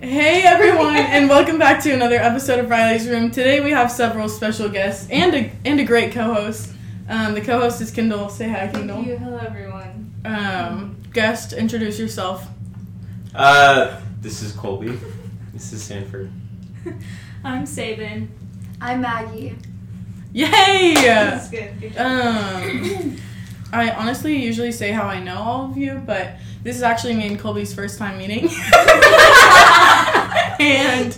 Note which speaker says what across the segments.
Speaker 1: Hey everyone, and welcome back to another episode of Riley's Room. Today we have several special guests and a and a great co-host. Um, the co-host is Kendall. Say hi,
Speaker 2: Thank
Speaker 1: Kendall.
Speaker 2: you. Hello, everyone.
Speaker 1: Um, guest, introduce yourself.
Speaker 3: Uh, this is Colby. This is Sanford.
Speaker 2: I'm Sabin.
Speaker 4: I'm Maggie.
Speaker 1: Yay!
Speaker 2: This is good. Good job.
Speaker 1: Um, I honestly usually say how I know all of you, but this is actually me and Colby's first time meeting. and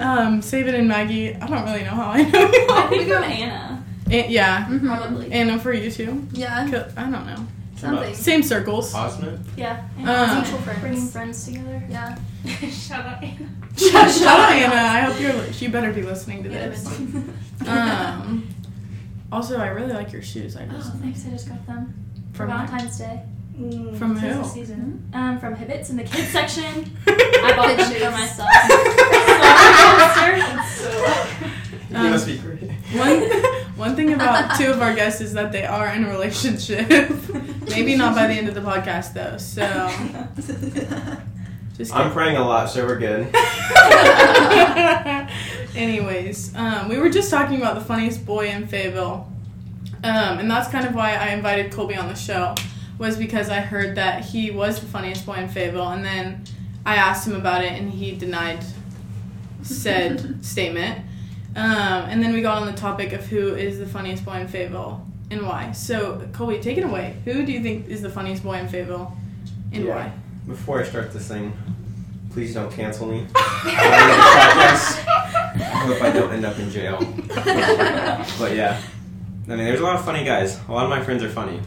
Speaker 1: um, Sabin and Maggie, I don't really know how I know you.
Speaker 2: I
Speaker 1: all.
Speaker 2: think I'm Anna.
Speaker 1: And- yeah,
Speaker 4: Mm-hmm.
Speaker 2: Probably.
Speaker 1: and for you too.
Speaker 4: Yeah.
Speaker 1: Co- I don't know.
Speaker 4: Something.
Speaker 1: Same circles.
Speaker 3: Osmond?
Speaker 2: Yeah.
Speaker 1: Um,
Speaker 4: Mutual friends.
Speaker 2: Bringing friends together.
Speaker 4: Uh, Yeah.
Speaker 2: Shout out Anna.
Speaker 1: Shut up, Anna. I hope you're. Li- she better be listening to this. Um. Also, I really like your shoes. I just
Speaker 2: oh, thanks. I just got them for
Speaker 1: from
Speaker 2: Valentine's Day.
Speaker 1: from
Speaker 2: This is the
Speaker 1: who?
Speaker 2: season.
Speaker 4: Hmm?
Speaker 2: Um, from Hibbits in the kids section. I
Speaker 1: I
Speaker 2: bought them
Speaker 4: Bitches.
Speaker 2: for myself. Sorry, sister.
Speaker 1: Um,
Speaker 3: no secret.
Speaker 1: one one thing about two of our guests is that they are in a relationship. Maybe not by the end of the podcast though. So just
Speaker 3: I'm praying a lot, so we're good.
Speaker 1: kidding. Anyways, um, we were just talking about the funniest boy in Fayetteville, um, and that's kind of why I invited Colby on the show, was because I heard that he was the funniest boy in Fayetteville, and then I asked him about it, and he denied said statement. Um, and then we got on the topic of who is the funniest boy in Fayetteville and why. So, Colby, take it away. Who do you think is the funniest boy in Fayetteville and
Speaker 3: Yeah.
Speaker 1: why?
Speaker 3: Before I start this thing, please don't cancel me. I hope I don't end up in jail. But yeah, I mean, there's a lot of funny guys. A lot of my friends are funny.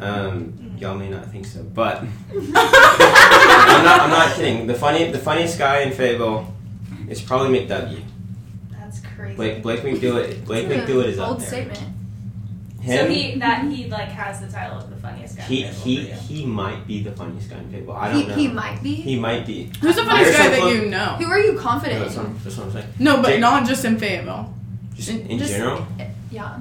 Speaker 3: Um, y'all may not think so, but I'm not. I'm not kidding. The funny, the funniest guy in Fable is probably McDougie.
Speaker 2: That's crazy.
Speaker 3: Blake Blake McDougal. Blake
Speaker 4: That's a
Speaker 3: McDougal is up
Speaker 4: Bold
Speaker 3: there.
Speaker 4: statement.
Speaker 2: So
Speaker 3: Him,
Speaker 2: he that he like has the title of the funniest guy.
Speaker 3: he
Speaker 2: in Fable
Speaker 3: he
Speaker 2: for you.
Speaker 3: he might be the funniest guy in Fable. I don't
Speaker 4: He,
Speaker 3: know.
Speaker 4: he might be.
Speaker 3: He might be.
Speaker 1: Who's the funniest
Speaker 3: There's
Speaker 1: guy
Speaker 3: some
Speaker 1: that
Speaker 3: fun-
Speaker 1: you know?
Speaker 4: Who are you
Speaker 3: No,
Speaker 4: confident
Speaker 3: that's,
Speaker 4: in?
Speaker 3: what, that's what I'm saying.
Speaker 1: No, but
Speaker 3: Jake-
Speaker 1: not just in Fayetteville.
Speaker 3: Just
Speaker 1: In-
Speaker 3: in,
Speaker 1: just-
Speaker 3: general,
Speaker 4: Yeah.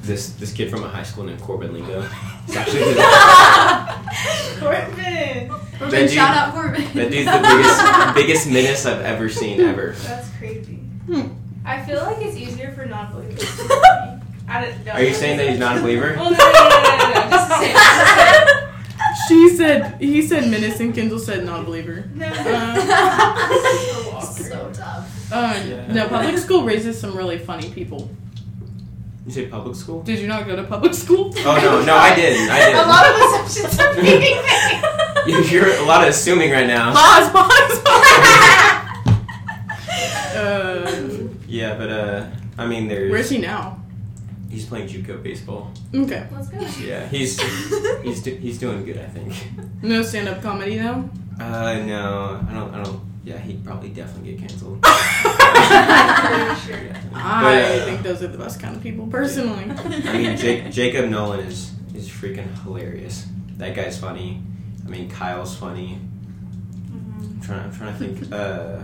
Speaker 3: this this kid from a high school named Corbin Lingo. It's actually the,
Speaker 2: Corbin.
Speaker 4: Corbin,
Speaker 3: dude-
Speaker 4: shout out Corbin.
Speaker 3: that dude's the biggest biggest menace I've ever seen ever.
Speaker 2: That's crazy.
Speaker 1: Hmm.
Speaker 2: I feel like it's easier for non-believers. to be funny. I don't know.
Speaker 3: Are you saying that he's not a believer?
Speaker 2: Well, no, no, no, no, no, no. Just to say,
Speaker 4: Um,
Speaker 1: She said, he said menace, and Kendall said non-believer.
Speaker 2: No, Uh,
Speaker 4: so tough.
Speaker 1: Uh,
Speaker 3: Yeah.
Speaker 1: No, public school raises some really funny people.
Speaker 3: You say public school?
Speaker 1: Did you not go to public school?
Speaker 3: Oh no, no, I didn't. I
Speaker 4: A lot
Speaker 3: didn't.
Speaker 4: of assumptions are being made.
Speaker 3: You- You're a lot of assuming right now.
Speaker 1: Pause, pause, pause. uh,
Speaker 3: Yeah, but uh, I mean,
Speaker 1: where's
Speaker 3: there's
Speaker 1: he now?
Speaker 3: he's playing JUCO baseball.
Speaker 1: Okay.
Speaker 2: Let's go.
Speaker 3: Yeah, he's he's do, he's doing good, I think.
Speaker 1: No stand-up comedy though.
Speaker 3: Uh, no, I don't. I don't. Yeah, he'd probably definitely get canceled.
Speaker 2: sure.
Speaker 3: Yeah.
Speaker 1: I
Speaker 3: But, uh,
Speaker 1: think those are the best kind of people, personally.
Speaker 3: I mean, Jake, Jacob Nolan is is freaking hilarious. That guy's funny. I mean, Kyle's funny.
Speaker 4: Mm-hmm.
Speaker 3: I'm trying. I'm trying to think. Uh,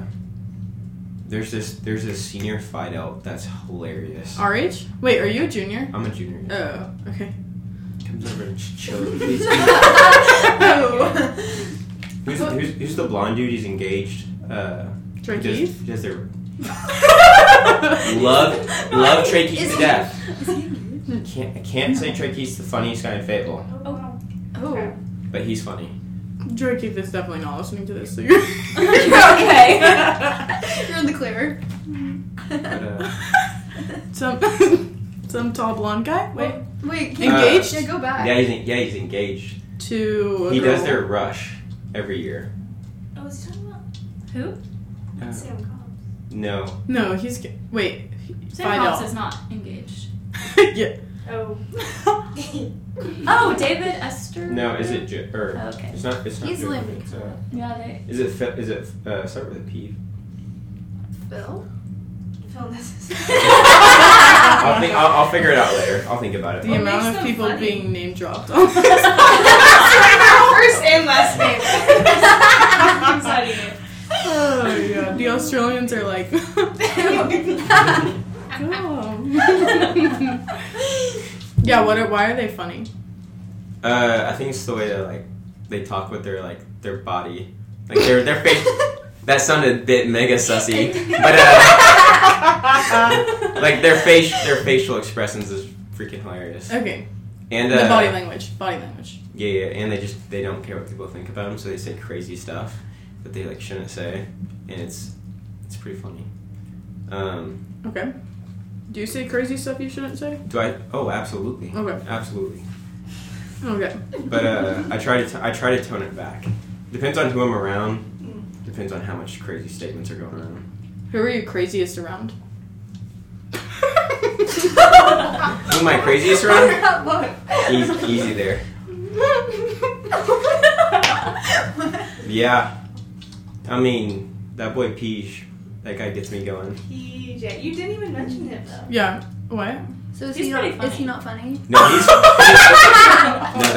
Speaker 3: there's this there's this senior fight out that's hilarious.
Speaker 1: RH? Wait, are you a junior?
Speaker 3: I'm a junior.
Speaker 1: Oh, okay.
Speaker 3: Comes over and just chill. He's-
Speaker 1: Oh.
Speaker 3: Who's, who's, who's the blonde dude? He's engaged. Uh,
Speaker 1: Trey
Speaker 3: just-
Speaker 1: Keith?
Speaker 3: just their love love Trey Keith
Speaker 4: Is
Speaker 3: to
Speaker 4: he-
Speaker 3: death. Can't I can't say Trey Keith's the funniest guy in Fable,
Speaker 2: Oh,
Speaker 4: Oh.
Speaker 3: but he's funny.
Speaker 1: Drake Keith is definitely not listening to this, so you're,
Speaker 4: okay. You're in the clear.
Speaker 3: But, uh,
Speaker 1: some some tall blonde guy. Wait,
Speaker 4: Wait, can
Speaker 1: engaged
Speaker 4: yeah, go back.
Speaker 3: yeah, he's en- yeah he's engaged.
Speaker 1: to a
Speaker 3: He does
Speaker 1: girl.
Speaker 3: their rush every year.
Speaker 2: oh, is he talking about who?
Speaker 3: Uh,
Speaker 2: Sam Cobb.
Speaker 3: no,
Speaker 1: No, he's ga- wait.
Speaker 2: Sam
Speaker 1: Find
Speaker 2: Cobb
Speaker 1: out.
Speaker 2: is not engaged.
Speaker 1: yeah.
Speaker 2: Oh. oh, David Esther.
Speaker 3: no, is it J- or
Speaker 2: Okay.
Speaker 3: it's not it's not.
Speaker 4: He's
Speaker 3: Joe,
Speaker 4: limp.
Speaker 3: it's, uh,
Speaker 2: Yeah, they.
Speaker 3: is it Fe- is it uh, start with a P?
Speaker 4: Phil?
Speaker 3: I'll think I'll, I'll figure it out later. I'll think about it.
Speaker 1: The
Speaker 2: What
Speaker 1: amount
Speaker 2: makes
Speaker 1: of
Speaker 2: them
Speaker 1: people
Speaker 2: funny?
Speaker 1: being name dropped on this.
Speaker 2: First and last name. I'm studying it.
Speaker 1: oh yeah. The Australians are like. "Oh." yeah. What? Are, why are they funny?
Speaker 3: Uh, I think it's the way they like they talk with their like their body Like their their face. That sounded a bit mega sussy, but uh, like their face, their facial expressions is freaking hilarious.
Speaker 1: Okay.
Speaker 3: And uh,
Speaker 1: the body language. Body language.
Speaker 3: yeah, yeah, and they just they don't care what people think about them, so they say crazy stuff that they like shouldn't say, and it's it's pretty funny. Um,
Speaker 1: Okay. Do you say crazy stuff you shouldn't say?
Speaker 3: do I? Oh, absolutely,
Speaker 1: Okay.
Speaker 3: absolutely.
Speaker 1: Okay.
Speaker 3: But uh, I try to t- I try to tone it back. Depends on who I'm around. Depends on how much crazy statements are going around.
Speaker 1: Who are you craziest around?
Speaker 3: Who am I craziest around? Easy, e-, easy there. Yeah. I mean, that boy Peach, that guy gets me going.
Speaker 2: PJ. E You didn't even mention him though.
Speaker 1: Yeah. What?
Speaker 4: So is
Speaker 2: He's
Speaker 4: he, not,
Speaker 2: pretty
Speaker 4: is he
Speaker 2: funny.
Speaker 4: not funny?
Speaker 3: No, he's no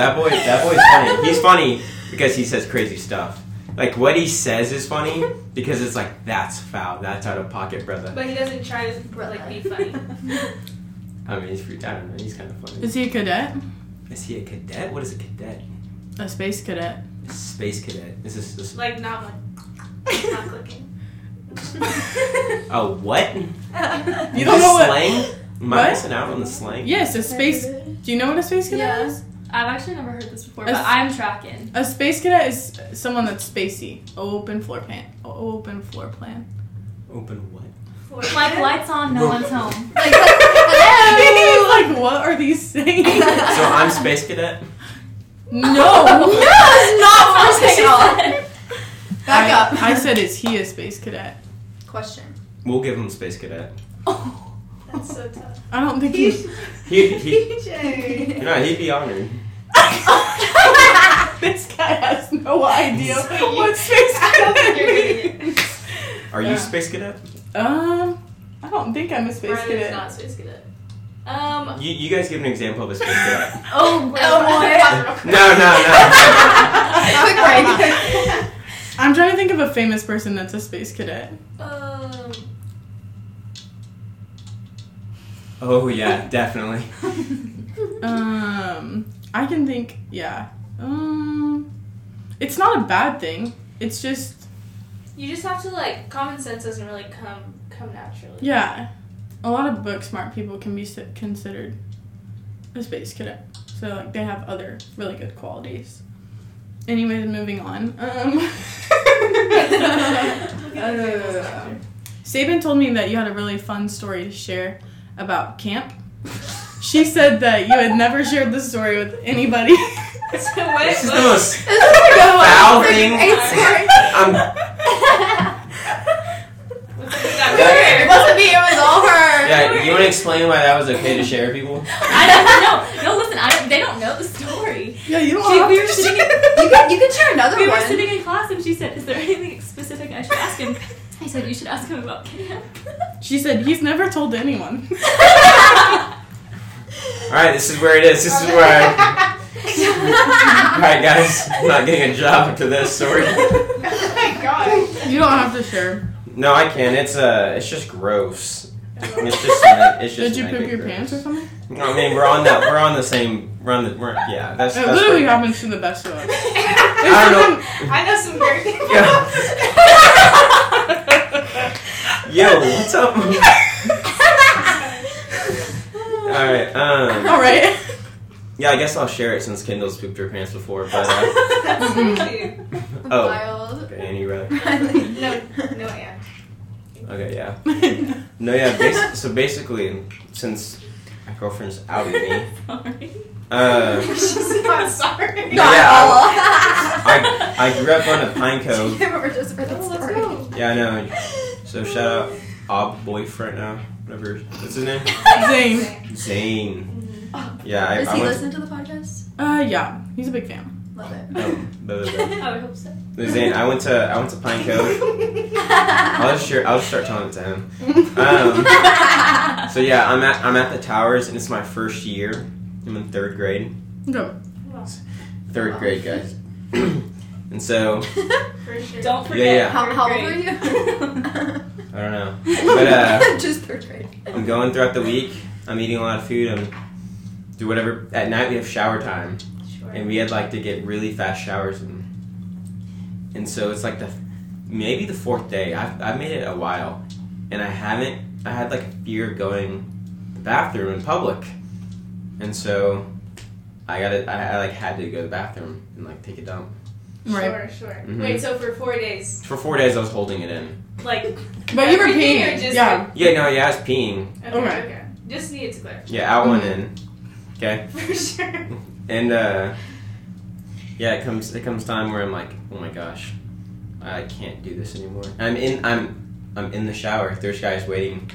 Speaker 3: that boy. That boy's funny. He's funny because he says crazy stuff. Like what he says is funny because it's like that's foul. That's out of pocket, brother.
Speaker 2: But he doesn't try to like be funny.
Speaker 3: I mean, he's free. I don't know. He's kind of funny.
Speaker 1: Is he a cadet?
Speaker 3: Is he a cadet? What is a cadet?
Speaker 1: A space cadet.
Speaker 3: A space cadet. Is this this?
Speaker 2: Like not like not clicking.
Speaker 3: A what?
Speaker 1: You don't know what-
Speaker 3: slang? Am I
Speaker 1: What?
Speaker 3: missing out on the slang?
Speaker 1: Yes, a space. Do you know what a space cadet
Speaker 5: Yeah.
Speaker 1: is?
Speaker 5: I've actually never heard this before,
Speaker 1: As-
Speaker 5: but I'm tracking.
Speaker 1: A space cadet is someone that's spacey. Open floor plan. Open floor plan.
Speaker 3: Open what?
Speaker 5: Like lights on, no one's home.
Speaker 4: Like, hello!
Speaker 1: like, what are these saying?
Speaker 3: So I'm space cadet.
Speaker 1: no.
Speaker 4: it's not funny at all. Back
Speaker 1: I,
Speaker 4: up.
Speaker 1: I said, is he a space cadet?
Speaker 4: Question.
Speaker 3: We'll give him space cadet.
Speaker 2: That's so tough.
Speaker 1: I don't think he.
Speaker 3: He, he,
Speaker 2: PJ.
Speaker 3: you know, he'd be honored.
Speaker 1: this guy has no idea
Speaker 2: So you-
Speaker 1: what space
Speaker 2: I don't think you're
Speaker 1: cadet
Speaker 2: getting
Speaker 1: means.
Speaker 3: Are
Speaker 1: Yeah.
Speaker 3: you space cadet?
Speaker 1: Um, I don't think I'm a space
Speaker 2: Brandon's
Speaker 1: cadet.
Speaker 2: not space cadet.
Speaker 1: Oh.
Speaker 2: Um.
Speaker 3: You, you guys give an example of a space cadet.
Speaker 5: Oh,
Speaker 3: No, no,
Speaker 4: Quick break.
Speaker 1: I'm trying to think of a famous person that's a space cadet.
Speaker 2: Um.
Speaker 3: no. oh yeah, definitely.
Speaker 1: Um, I can think. Yeah. Um, it's not a bad thing. It's just
Speaker 2: You just have to like common sense doesn't really come come naturally.
Speaker 1: yeah. A lot of book smart people can be s- considered a space cadet. So like they have other really good qualities. Anyways, moving on. Um. Uh, Sabin told me that you had a really fun story to share about camp. She said that you had never shared this story with anybody.
Speaker 2: So what-
Speaker 3: This is the
Speaker 2: what-
Speaker 3: most
Speaker 4: This is a good one.
Speaker 3: foul thing. I'm,
Speaker 2: what's that-
Speaker 4: It wasn't me, it was all her.
Speaker 3: yeah, you want to explain why that was okay to share with people?
Speaker 5: I don't know. No, listen, I don't, they don't know the story.
Speaker 1: yeah, you don't
Speaker 5: She-
Speaker 1: have
Speaker 5: we
Speaker 1: to
Speaker 5: were sitting
Speaker 1: share.
Speaker 4: You could, you could share another
Speaker 5: We were
Speaker 4: one.
Speaker 5: sitting in class and she said, "Is there anything specific I should ask him?" I said, "You should ask him about camp." Oh
Speaker 1: She said he's never told anyone.
Speaker 3: All right, this is where it is. This is where. I... All right, guys, I'm not getting a job after this. Sorry.
Speaker 1: You don't have to share.
Speaker 3: No, I can't. It's uh, it's just gross. It's just. ne- It's just
Speaker 1: Did you poop
Speaker 3: naked
Speaker 1: your
Speaker 3: gross.
Speaker 1: pants or something?
Speaker 3: I mean, we're on that. We're on the same. We're on the. We're, yeah, that's.
Speaker 1: It
Speaker 3: that's
Speaker 1: literally
Speaker 3: pretty-
Speaker 1: happens to the best of us.
Speaker 3: I don't know.
Speaker 2: I know some weird people.
Speaker 3: Yo, what's up? All right. Um.
Speaker 1: All right.
Speaker 3: Yeah, I guess I'll share it since Kendall's pooped her pants before, but uh,
Speaker 2: That's crazy.
Speaker 3: oh,
Speaker 4: Wild.
Speaker 3: and you rather
Speaker 4: Riley.
Speaker 2: No, no, and.
Speaker 3: okay, yeah, no, yeah. Bas- so basically, since my girlfriend's outed me,
Speaker 5: Sorry.
Speaker 3: uh,
Speaker 2: She's not sorry.
Speaker 3: No, yeah,
Speaker 4: I,
Speaker 3: I I grew up on a pine cone.
Speaker 4: remember just for that
Speaker 2: Let's
Speaker 4: story.
Speaker 2: go.
Speaker 3: Yeah, I know. So shout out Ob boyfriend now, whatever. What's his name?
Speaker 1: Zane.
Speaker 3: Zane. Yeah, I,
Speaker 4: Does
Speaker 3: I
Speaker 4: he
Speaker 3: went.
Speaker 4: listen to the podcast?
Speaker 1: Uh, yeah, he's a big fan.
Speaker 4: Love it.
Speaker 3: oh, blah, blah, blah.
Speaker 5: I would hope so.
Speaker 3: No, Zane, I went to I went to pine cone. I'll just share. I'll just start telling it to him. Um, so yeah, I'm at I'm at the towers, and it's my first year. I'm in third grade.
Speaker 1: Go.
Speaker 3: Third
Speaker 4: Wow.
Speaker 3: grade, guys. and so
Speaker 2: For sure.
Speaker 5: Don't forget.
Speaker 3: Yeah, yeah.
Speaker 4: how, how old were
Speaker 5: Great.
Speaker 4: you?
Speaker 3: I don't know, but uh, um,
Speaker 4: just third grade.
Speaker 3: I'm going throughout the week. I'm eating a lot of food. I'm do whatever. At night we have shower time,
Speaker 2: Sure.
Speaker 3: and we had like to get really fast showers. And and so it's like the maybe the fourth day. I've, I've made it a while, and I haven't. I had like a fear of going to the bathroom in public, and so I got it. I, I like had to go to the bathroom and like take a dump.
Speaker 1: Right.
Speaker 2: Sure, sure.
Speaker 3: Mhm.
Speaker 2: Wait, so for four days,
Speaker 3: For four days, I was holding it in.
Speaker 2: like
Speaker 1: But you were
Speaker 2: Everything or
Speaker 1: peeing.
Speaker 2: just-
Speaker 1: yeah.
Speaker 3: Yeah, no, yeah, I was peeing.
Speaker 2: okay,
Speaker 1: Okay.
Speaker 2: okay. Just needed to clarify
Speaker 3: Yeah, out one
Speaker 1: Mhm.
Speaker 3: in. Okay,
Speaker 2: for sure.
Speaker 3: and uh, yeah, it comes. It comes time where I'm like, oh my gosh, I can't do this anymore. I'm in. I'm. I'm in the shower. There's guys waiting.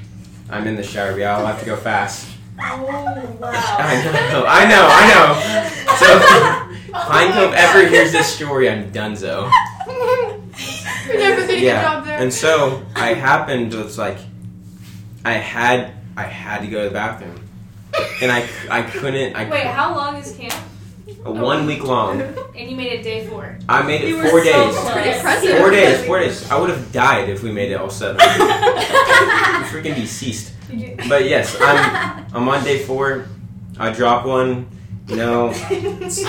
Speaker 3: I'm in the shower. We all have to go fast.
Speaker 2: Oh
Speaker 3: I know. I know. I know. So, Pine Cove ever hears this story, I'm donezo.
Speaker 4: We never did
Speaker 3: Yeah.
Speaker 4: a good job there.
Speaker 3: And so I happened. It's like I had. I had to go to the bathroom, and I. c- I couldn't. I
Speaker 2: Wait, how long is camp?
Speaker 3: a one week long.
Speaker 2: And you made it day four.
Speaker 3: I made it
Speaker 5: We were
Speaker 3: four
Speaker 5: so
Speaker 3: days.
Speaker 5: close.
Speaker 4: Pretty impressive.
Speaker 3: Four days. Four days. I would have died if we made it all seven. I'm freaking deceased. But yes, I'm. I'm on day four. I drop one. You know, it's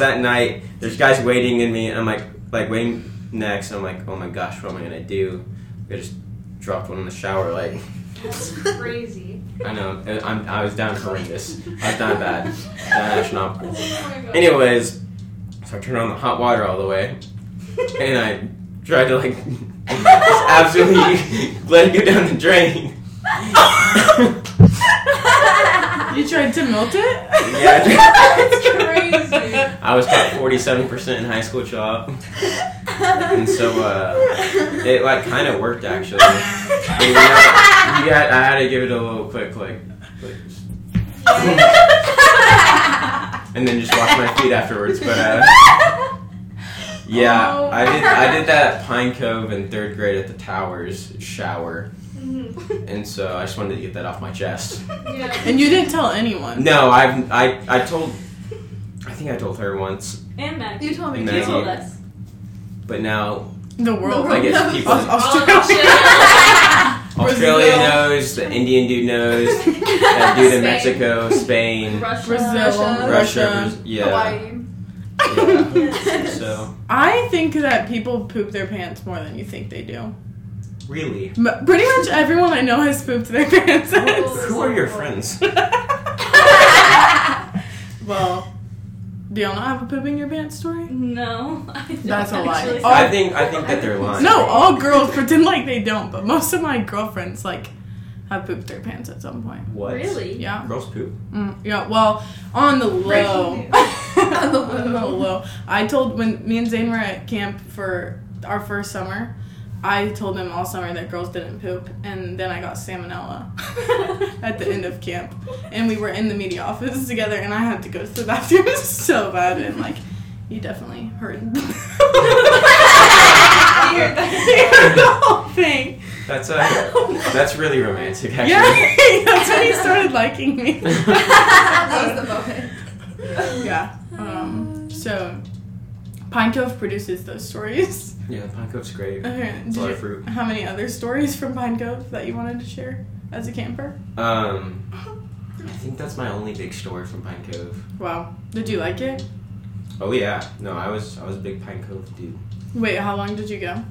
Speaker 3: at night. There's guys waiting in me. I'm like, like waiting next. I'm like, oh my gosh, what am I gonna do? I just dropped one in the shower. Like,
Speaker 2: That's crazy.
Speaker 3: I know, Uh, I'm, I was down horrendous. I was down bad, down astronomical.
Speaker 2: Oh my God.
Speaker 3: Anyways, so I turned on the hot water all the way, and I tried to like just absolutely let it go down the drain.
Speaker 1: You tried to melt it?
Speaker 3: yeah,
Speaker 2: That's crazy.
Speaker 3: I was top 47% in high school job, and so uh, it like kind of worked actually. You had, you had- I had to give it a little quick, like, like, and then just wash my feet afterwards. But uh, yeah,
Speaker 2: Oh.
Speaker 3: I did. I did that at Pine Cove in third grade at the Towers shower,
Speaker 2: Mhm.
Speaker 3: and so I just wanted to get that off my chest.
Speaker 2: Yeah.
Speaker 1: And you didn't tell anyone.
Speaker 3: No, I've I I told. I think I told her once,
Speaker 5: And Maggie.
Speaker 4: You told me.
Speaker 3: And
Speaker 5: You
Speaker 3: Maggie.
Speaker 5: told us.
Speaker 3: but now
Speaker 1: The world.
Speaker 3: I guess people
Speaker 1: Aus-
Speaker 2: Oh,
Speaker 3: Australia
Speaker 1: Brazil.
Speaker 3: knows, the Indian dude knows, that dude in Mexico, Spain,
Speaker 5: Russia.
Speaker 1: Brazil.
Speaker 4: Russia.
Speaker 3: Russia, Bra- yeah,
Speaker 4: Hawaii.
Speaker 3: yeah.
Speaker 4: Yes.
Speaker 3: So
Speaker 1: I think that people poop their pants more than you think they do.
Speaker 3: really,
Speaker 1: But pretty much everyone I know has pooped their pants.
Speaker 3: who are your friends?
Speaker 1: well, do y'all not have a poop in your pants story?
Speaker 5: No. I don't
Speaker 1: That's a lie.
Speaker 5: actually.
Speaker 1: Oh.
Speaker 3: I think I think that they're lying.
Speaker 1: No, all girls pretend like they don't, but most of my girlfriends like have pooped their pants at some point.
Speaker 3: What?
Speaker 5: Really?
Speaker 1: Yeah.
Speaker 3: Girls poop.
Speaker 1: Mm, yeah, well, on the low.
Speaker 2: Breaking
Speaker 1: on
Speaker 4: the
Speaker 1: the low. I told when me and Zane were at camp for our first summer, I told them all summer that girls didn't poop, and then I got salmonella at the end of camp. And we were in the media office together, and I had to go to the bathroom so bad, and like, you definitely heard the whole thing.
Speaker 3: That's uh, that's really romantic, actually.
Speaker 1: Yeah, that's when he started liking me.
Speaker 4: that was the moment.
Speaker 1: Yeah. Um, so, Pine Cove produces those stories.
Speaker 3: yeah, pine cove's great.
Speaker 1: Okay.
Speaker 3: It's a lot of
Speaker 1: Did
Speaker 3: fruit.
Speaker 1: you, how many other stories from Pine Cove that you wanted to share as a camper?
Speaker 3: Um, I think that's my only big story from Pine Cove.
Speaker 1: Wow. Did you like it?
Speaker 3: Oh yeah, no, I was I was a big Pine Cove dude.
Speaker 1: Wait, how long did you go?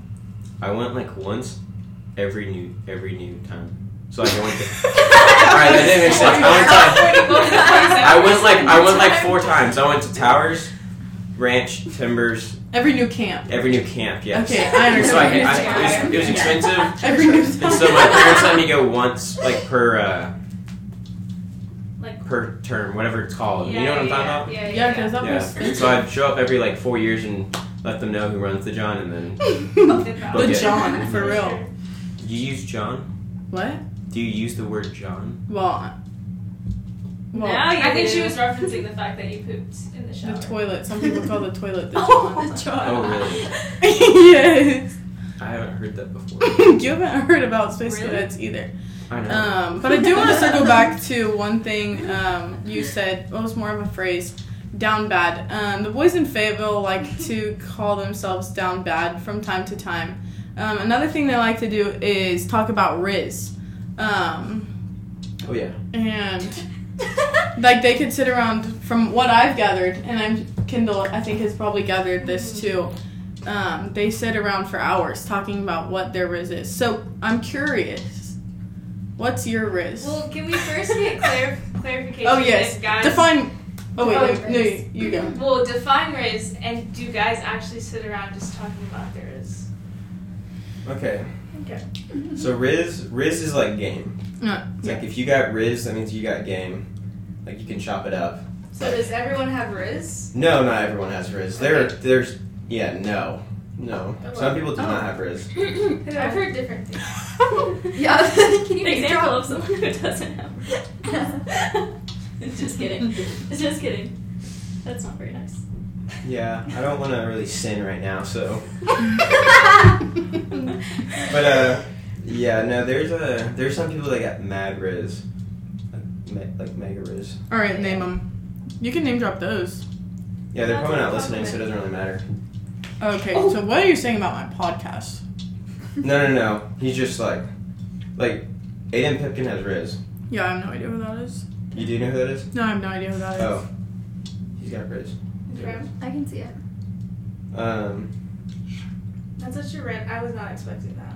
Speaker 3: I went like once every new every new time. So like, I went. To, all right, that didn't make sense. I went to- I went like I went like four times. I went to Towers, Ranch, Timbers,
Speaker 1: Every new camp.
Speaker 3: every new camp. Yes.
Speaker 1: Okay, I
Speaker 3: And So I,
Speaker 1: understand.
Speaker 3: I- it was- it was expensive.
Speaker 1: Every new
Speaker 3: And so my parents let me go once, like per uh,
Speaker 5: Like-
Speaker 3: per term, whatever it's called.
Speaker 2: Yeah,
Speaker 3: oh, you know what I'm
Speaker 2: yeah,
Speaker 3: talking
Speaker 2: yeah,
Speaker 3: about?
Speaker 2: Yeah,
Speaker 1: Yeah,
Speaker 2: yeah,
Speaker 1: because that was
Speaker 3: Yeah. So I'd show up every like four years and let them know who runs the John, and then
Speaker 2: yeah.
Speaker 1: the
Speaker 3: Okay.
Speaker 1: John for real.
Speaker 3: you use John.
Speaker 1: What?
Speaker 3: Do you use the word John?
Speaker 1: Well, I- well,
Speaker 5: Now you
Speaker 2: I think she
Speaker 5: do.
Speaker 2: was referencing the fact that you pooped in the
Speaker 1: the
Speaker 2: shower.
Speaker 1: toilet. Some people call the toilet the
Speaker 5: Oh,
Speaker 1: John.
Speaker 3: Oh really?
Speaker 1: yes.
Speaker 3: I haven't heard that before.
Speaker 1: you haven't heard about space
Speaker 5: Really?
Speaker 1: cadets either.
Speaker 3: I know.
Speaker 1: Um, but I do want to circle back to one thing um, you said. Well, it was more of a phrase. Down bad. Um, the boys in Fayetteville like to call themselves down bad from time to time. Um, another thing they like to do is talk about Riz. Um,
Speaker 3: oh yeah.
Speaker 1: and like they could sit around, from what I've gathered, and I'm Kendall, I think, has probably gathered this too. um, they sit around for hours talking about what their riz is. So I'm curious, what's your riz?
Speaker 2: Well, can we first get clar- clarification?
Speaker 1: oh yes,
Speaker 2: if guys,
Speaker 1: define. Oh wait,
Speaker 2: Define
Speaker 1: wait, no,
Speaker 2: riz.
Speaker 1: you, you go.
Speaker 2: Well, define race, and do guys actually sit around just talking about theirs?
Speaker 3: Okay.
Speaker 2: Okay.
Speaker 3: So Riz, Riz is like game.
Speaker 1: No,
Speaker 3: It's like if you got Riz, that means you got game. Like you can chop it up.
Speaker 4: So does everyone have Riz?
Speaker 3: No, not everyone has Riz. There, there's yeah, no, no. Some people do not have Riz.
Speaker 2: I've heard different things.
Speaker 4: Yeah. Can you
Speaker 5: An example of someone who doesn't have. Just kidding. Just kidding. That's not very nice.
Speaker 3: Yeah, I don't want to really sin right now. So,
Speaker 4: drop?
Speaker 3: but uh, yeah, no. There's a there's some people that got mad Riz, like, me- like mega Riz.
Speaker 1: All right, name them. You can name drop those.
Speaker 3: Yeah, they're
Speaker 2: That's
Speaker 3: probably
Speaker 2: a
Speaker 3: not listening, so it doesn't really matter.
Speaker 1: Okay, so
Speaker 3: Oh.
Speaker 1: what are you saying about my podcast?
Speaker 3: No, no, no. He's just like, like, Aiden Pipkin has Riz.
Speaker 1: Yeah, I have no idea who that is.
Speaker 3: You do know who that is?
Speaker 1: No, I have no idea who that is.
Speaker 3: Oh, he's got Riz.
Speaker 2: Okay.
Speaker 4: I can see it.
Speaker 3: Um,
Speaker 2: That's such a rant. I was not expecting that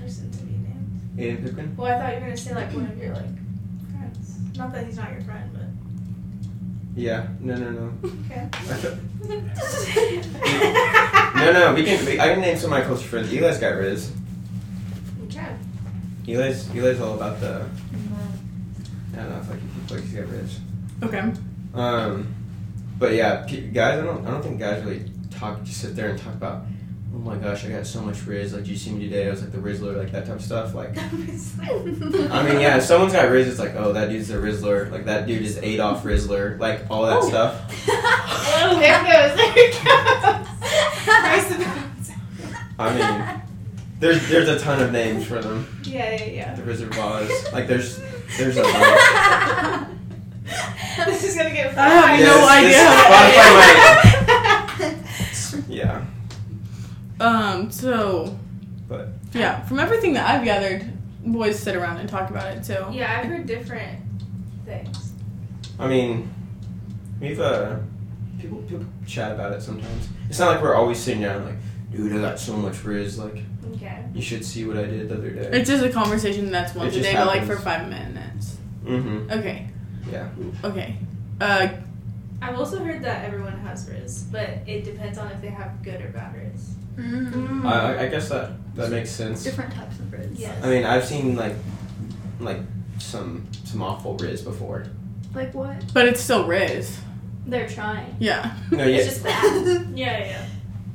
Speaker 2: person to be named.
Speaker 3: Aiden Pipkin.
Speaker 2: Well, I thought you were gonna say like one of your like friends. Not that he's not your friend, but
Speaker 3: Yeah. No, no, no.
Speaker 2: okay.
Speaker 3: no, no. We can. We, I can name some of my close friends. Eli's got Riz.
Speaker 2: okay.
Speaker 3: Eli's Eli's all about the. I don't know if like if he- like he's got Riz.
Speaker 1: Okay.
Speaker 3: Um, but yeah, pe guys, I don't, I don't think guys really talk, just sit there and talk about, oh my gosh, I got so much Riz, like, did you see me today? I was like the Rizzler, like that type of stuff. Like, I mean, yeah, if someone's got Riz, it's like, oh, that dude's a Rizzler, like, that dude is Adolf Rizzler, like, all that stuff.
Speaker 2: Oh, there it goes. There it goes. Race of
Speaker 3: I mean, there's there's a ton of names for them.
Speaker 2: the- yeah, yeah, yeah.
Speaker 3: The Rizzerballas. Like, there's there's a lot.
Speaker 2: this is gonna get.
Speaker 1: I have
Speaker 3: Yeah,
Speaker 1: no
Speaker 3: this-
Speaker 1: idea.
Speaker 3: this Spotify might- yeah.
Speaker 1: Um. So.
Speaker 3: But-
Speaker 1: Yeah, from everything that I've gathered, boys sit around and talk about it too.
Speaker 2: Yeah, I've heard different things.
Speaker 3: I mean, we've uh, people people chat about it sometimes. It's not like we're always sitting down like, dude, I got so much Riz, like.
Speaker 2: Okay.
Speaker 3: You should see what I did the other day.
Speaker 1: It's just a conversation that's once
Speaker 3: It
Speaker 1: a
Speaker 3: just
Speaker 1: day, but like for
Speaker 3: happens.
Speaker 1: five minutes.
Speaker 3: Mm-hmm.
Speaker 1: Okay.
Speaker 3: Yeah.
Speaker 1: Okay. Uh.
Speaker 2: I've also heard that everyone has riz, but it depends on if they have good or bad riz.
Speaker 5: Mm-hmm.
Speaker 3: I- I, I guess that that makes sense.
Speaker 4: Different types of Riz.
Speaker 2: Yes.
Speaker 3: I mean, I've seen like like some some awful riz before.
Speaker 4: Like what?
Speaker 1: But it's still Riz.
Speaker 5: They're trying.
Speaker 1: Yeah.
Speaker 3: No, yeah,
Speaker 5: It's just bad.
Speaker 2: Yeah, yeah.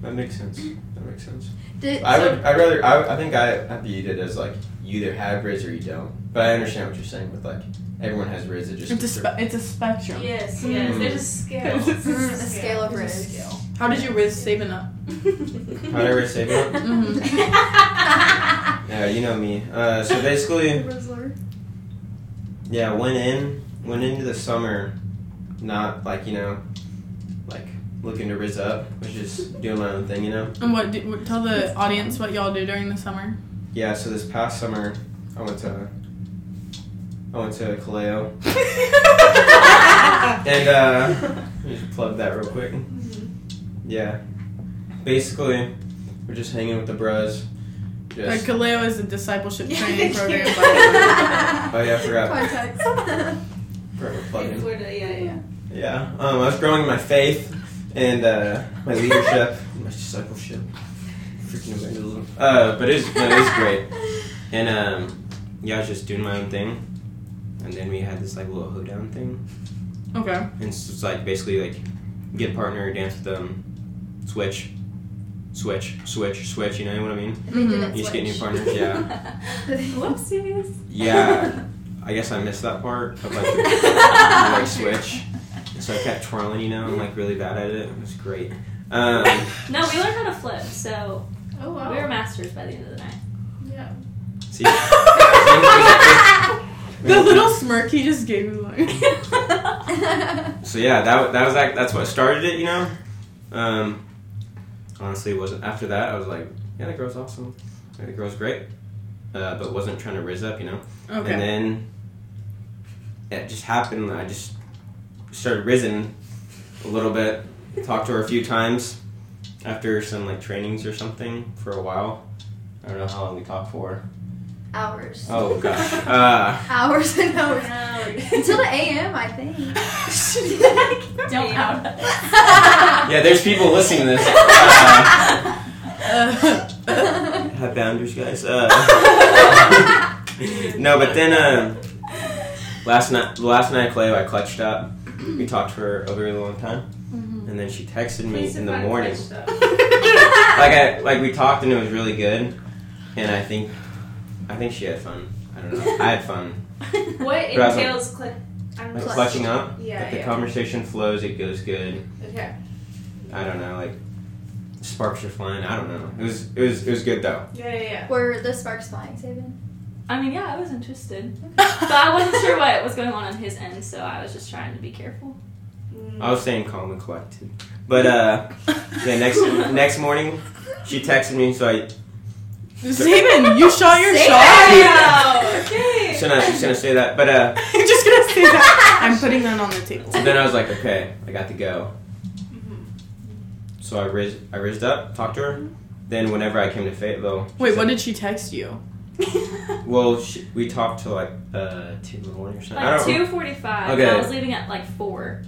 Speaker 3: that makes sense. That makes sense.
Speaker 4: Did,
Speaker 3: I
Speaker 4: so,
Speaker 5: mm,
Speaker 3: would. I rather. I, I think I, I viewed it as like you either have riz or you don't. But I understand what you're saying with like everyone has riz. It just
Speaker 1: It's a spe- it's a spectrum.
Speaker 2: Yes, yes.
Speaker 3: Mm.
Speaker 2: There's a
Speaker 1: Mm,
Speaker 2: scale.
Speaker 4: a scale of
Speaker 2: There's a
Speaker 4: riz.
Speaker 2: scale.
Speaker 1: How did you Riz saving up?
Speaker 3: How did I riz save it?
Speaker 1: Mhm.
Speaker 5: Mm-hmm.
Speaker 3: Yeah, you know me. Uh, so basically,
Speaker 4: Rizzler.
Speaker 3: yeah, went in went into the summer, not like you know, like looking to riz up, which is doing my own thing, you know.
Speaker 1: And what, do, what? Tell the audience what y'all do during the summer.
Speaker 3: Yeah, so this past summer, I went to I went to Kaleo, and uh, we should plug that real quick. Yeah, basically, we're just hanging with the bros.
Speaker 1: Like
Speaker 3: Just
Speaker 1: Kaleo is a discipleship
Speaker 2: Yeah,
Speaker 1: training
Speaker 2: thank
Speaker 1: program.
Speaker 2: you.
Speaker 1: by-
Speaker 3: oh yeah, I forgot
Speaker 4: Context.
Speaker 3: forever
Speaker 2: In
Speaker 3: plugging.
Speaker 2: Florida, yeah, yeah.
Speaker 3: Yeah, um, I was growing my faith and uh, my leadership, my discipleship, freaking evangelism. Uh, but it was, no, it was great.
Speaker 5: Mm-hmm.
Speaker 3: And um, yeah, I was just doing my own thing. And then we had this like little hoedown thing.
Speaker 1: okay.
Speaker 3: And it's just, like basically like get a partner, dance with them, switch, switch, switch, switch. You know what I mean?
Speaker 1: Mhm.
Speaker 3: You just get new partners. Yeah,
Speaker 5: Whoopsies.
Speaker 3: yeah. I guess I missed that part of like like switch. And so I kept twirling, you know, I'm like really bad at it. It was great. Um,
Speaker 5: No, we learned how to flip, so
Speaker 2: Oh
Speaker 5: we
Speaker 2: wow.
Speaker 5: were masters by the end of the night.
Speaker 2: yeah.
Speaker 3: see, the
Speaker 1: The little smirk he just gave me. Like,
Speaker 3: So yeah, that wa- that was like that's what started it, you know. Um, honestly, it wasn't after that. I was like, yeah, the girl's awesome. Yeah, the girl's great. Uh, but wasn't trying to rizz up, you know. And
Speaker 1: okay.
Speaker 3: then it just happened. I just started rizzing a little bit. Talked to her a few times. after some like trainings or something for a while. I don't know how long we talked for.
Speaker 4: Hours.
Speaker 3: Oh gosh. Uh,
Speaker 4: Hours and hours. Until the AM, I think.
Speaker 5: Don't out us.
Speaker 3: yeah, there's people listening to this. Uh,
Speaker 4: Don't.
Speaker 3: have boundaries, guys. Uh, no, but then uh, last night, the last night I played, I clutched up. We talked for a really long time, and then she texted me in the morning. Like I, like we talked, and it was really good. And I think, I think she had fun. I don't know. I had fun.
Speaker 4: Mm-hmm.
Speaker 2: What
Speaker 3: But I was like-
Speaker 2: entails click? I'm
Speaker 3: Like
Speaker 4: Clutch.
Speaker 3: clutching up.
Speaker 2: Yeah,
Speaker 3: like the
Speaker 2: yeah.
Speaker 3: conversation flows, it goes good.
Speaker 2: Okay.
Speaker 3: I don't know, like sparks are flying. I don't know. It was, it was, it was good though.
Speaker 2: Yeah, yeah, yeah.
Speaker 4: Were the sparks flying, Saban?
Speaker 5: I mean, yeah, I was interested, but I wasn't sure what was going on on his end, so I was just trying to be careful.
Speaker 2: Mm.
Speaker 3: I was staying calm and collected. But uh, yeah, next next morning, she texted me, so I
Speaker 1: Steven, you shot your
Speaker 4: Steven!
Speaker 1: shot.
Speaker 2: Wow, okay.
Speaker 3: So now she's gonna say that, but uh,
Speaker 1: I'm just gonna say that. I'm putting that on the table.
Speaker 3: so then I was like, okay, I got to go.
Speaker 2: Mhm.
Speaker 3: So I riz, I rizzed up, talked to her. Then whenever I came to Fayetteville, she
Speaker 1: Wait,
Speaker 3: said-
Speaker 1: what did she text you?
Speaker 3: Well, she, we talked till like uh two in the morning or something. I
Speaker 5: Like
Speaker 3: don't.
Speaker 5: two forty-five.
Speaker 3: Okay.
Speaker 5: I was leaving at like four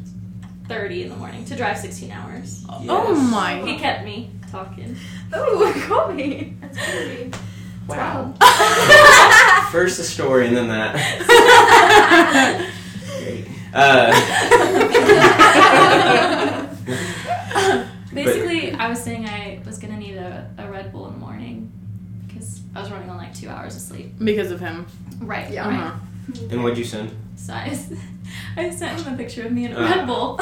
Speaker 5: thirty in the morning to drive sixteen hours.
Speaker 1: Oh
Speaker 3: Yes.
Speaker 5: He
Speaker 1: my.
Speaker 5: kept me talking.
Speaker 4: Oh, Kobe.
Speaker 2: That's creepy.
Speaker 3: Wow. First the story and then that. Great. Uh,
Speaker 5: Basically, I was saying I was gonna need a, a Red Bull in the morning because I was running on like two hours of sleep.
Speaker 1: because of him.
Speaker 5: Right.
Speaker 4: Yeah.
Speaker 5: Right.
Speaker 1: Uh-huh.
Speaker 3: and what'd you send?
Speaker 5: So I, s- I sent him a picture of me in a
Speaker 3: Uh.
Speaker 5: Red Bull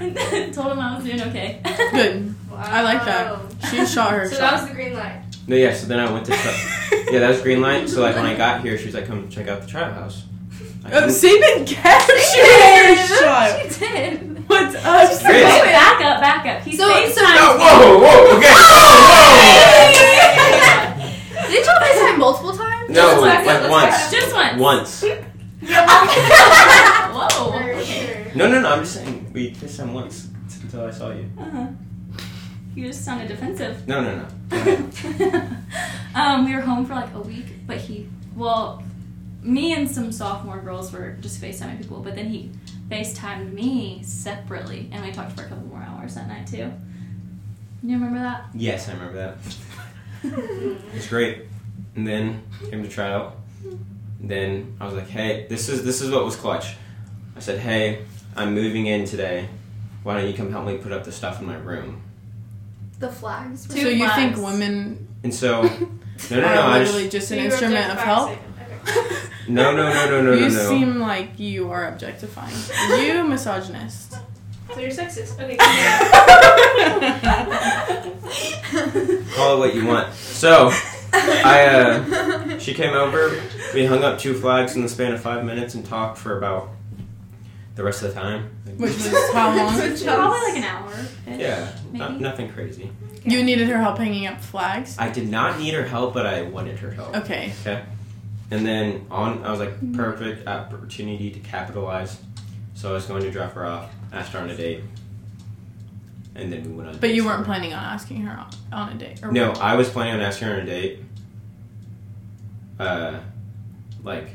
Speaker 5: and then told him I was doing okay.
Speaker 1: Good. I like that.
Speaker 2: Wow.
Speaker 1: She shot her
Speaker 2: So that
Speaker 1: shot.
Speaker 2: was the green light.
Speaker 3: No, yeah. So then I went to. yeah, that was green light. So like when I got here, she was like, "Come check out the trap house." I
Speaker 1: Uh,
Speaker 3: couldn't-
Speaker 1: Steven kept shooting her shot.
Speaker 4: She did.
Speaker 1: What's up?
Speaker 5: Wait,
Speaker 3: Yes.
Speaker 5: back up, back up. He's
Speaker 4: So- so-
Speaker 3: No,
Speaker 5: FaceTiming.
Speaker 3: whoa, whoa, okay. whoa, whoa.
Speaker 4: Did y'all FaceTime multiple times?
Speaker 3: No,
Speaker 5: Just once.
Speaker 3: like once.
Speaker 5: Just once.
Speaker 3: Once.
Speaker 5: Whoa.
Speaker 2: For sure.
Speaker 3: No, no, no. I'm just saying we kissed him once until I saw you.
Speaker 5: Uh-huh. You just sounded defensive.
Speaker 3: No, no, no.
Speaker 5: um, we were home for like a week, but he, well, me and some sophomore girls were just FaceTiming people, but then he FaceTimed me separately, and we talked for a couple more hours that night too. You remember that?
Speaker 3: Yes, I remember that.
Speaker 2: Mm-hmm.
Speaker 3: It's great. And then came to try out. Then I was like, hey, this is this is what was clutch. I said, hey, I'm moving in today. Why don't you come help me put up the stuff in my room?
Speaker 4: The flags.
Speaker 1: So
Speaker 5: Two
Speaker 1: you think
Speaker 5: flags.
Speaker 1: women
Speaker 3: And so, no, no, no.
Speaker 1: are
Speaker 3: I
Speaker 1: literally just
Speaker 3: just
Speaker 2: So
Speaker 1: an
Speaker 2: you were
Speaker 1: instrument of help?
Speaker 2: objectifying Satan.
Speaker 3: no, no, no, no, no, no,
Speaker 1: you
Speaker 3: no.
Speaker 1: seem like you are objectifying. you misogynist.
Speaker 2: Okay. So you're sexist. Okay.
Speaker 3: Call it what you want. So I uh. She came over. We hung up two flags in the span of five minutes and talked for about the rest of the time.
Speaker 1: Which was how long?
Speaker 5: Probably like an hour.
Speaker 3: yeah, not,
Speaker 5: Maybe.
Speaker 3: nothing crazy.
Speaker 1: You needed her help hanging up flags?
Speaker 3: I did not need her help, but I wanted her help.
Speaker 1: Okay.
Speaker 3: And then on, I was like, perfect opportunity to capitalize. So I was going to drop her off, asked her on a date, and then we went on.
Speaker 1: But you
Speaker 3: dates.
Speaker 1: weren't planning on asking her on- on a date. Or
Speaker 3: No, I was planning on asking her on a date. Uh, like,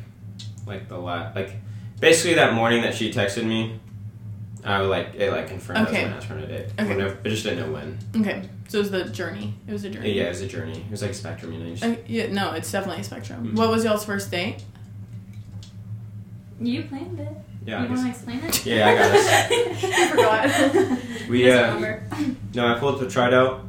Speaker 3: like the la like, basically that morning that she texted me, I was like, it like confirmed I
Speaker 1: Okay.
Speaker 3: was gonna ask her on a date.
Speaker 1: Okay.
Speaker 3: Whenever- I just didn't know when.
Speaker 1: Okay. So it was the journey. It was a journey.
Speaker 3: Yeah, it was a journey. It was like a spectrum, you know. you just-
Speaker 1: Okay, yeah, no, it's definitely a spectrum.
Speaker 3: Mhm.
Speaker 1: What was y'all's first date?
Speaker 5: You planned it.
Speaker 3: yeah, I
Speaker 5: you want
Speaker 3: guess.
Speaker 5: to explain it?
Speaker 3: Yeah, I got
Speaker 5: I
Speaker 4: forgot.
Speaker 3: We uh, no, I pulled up the tried out,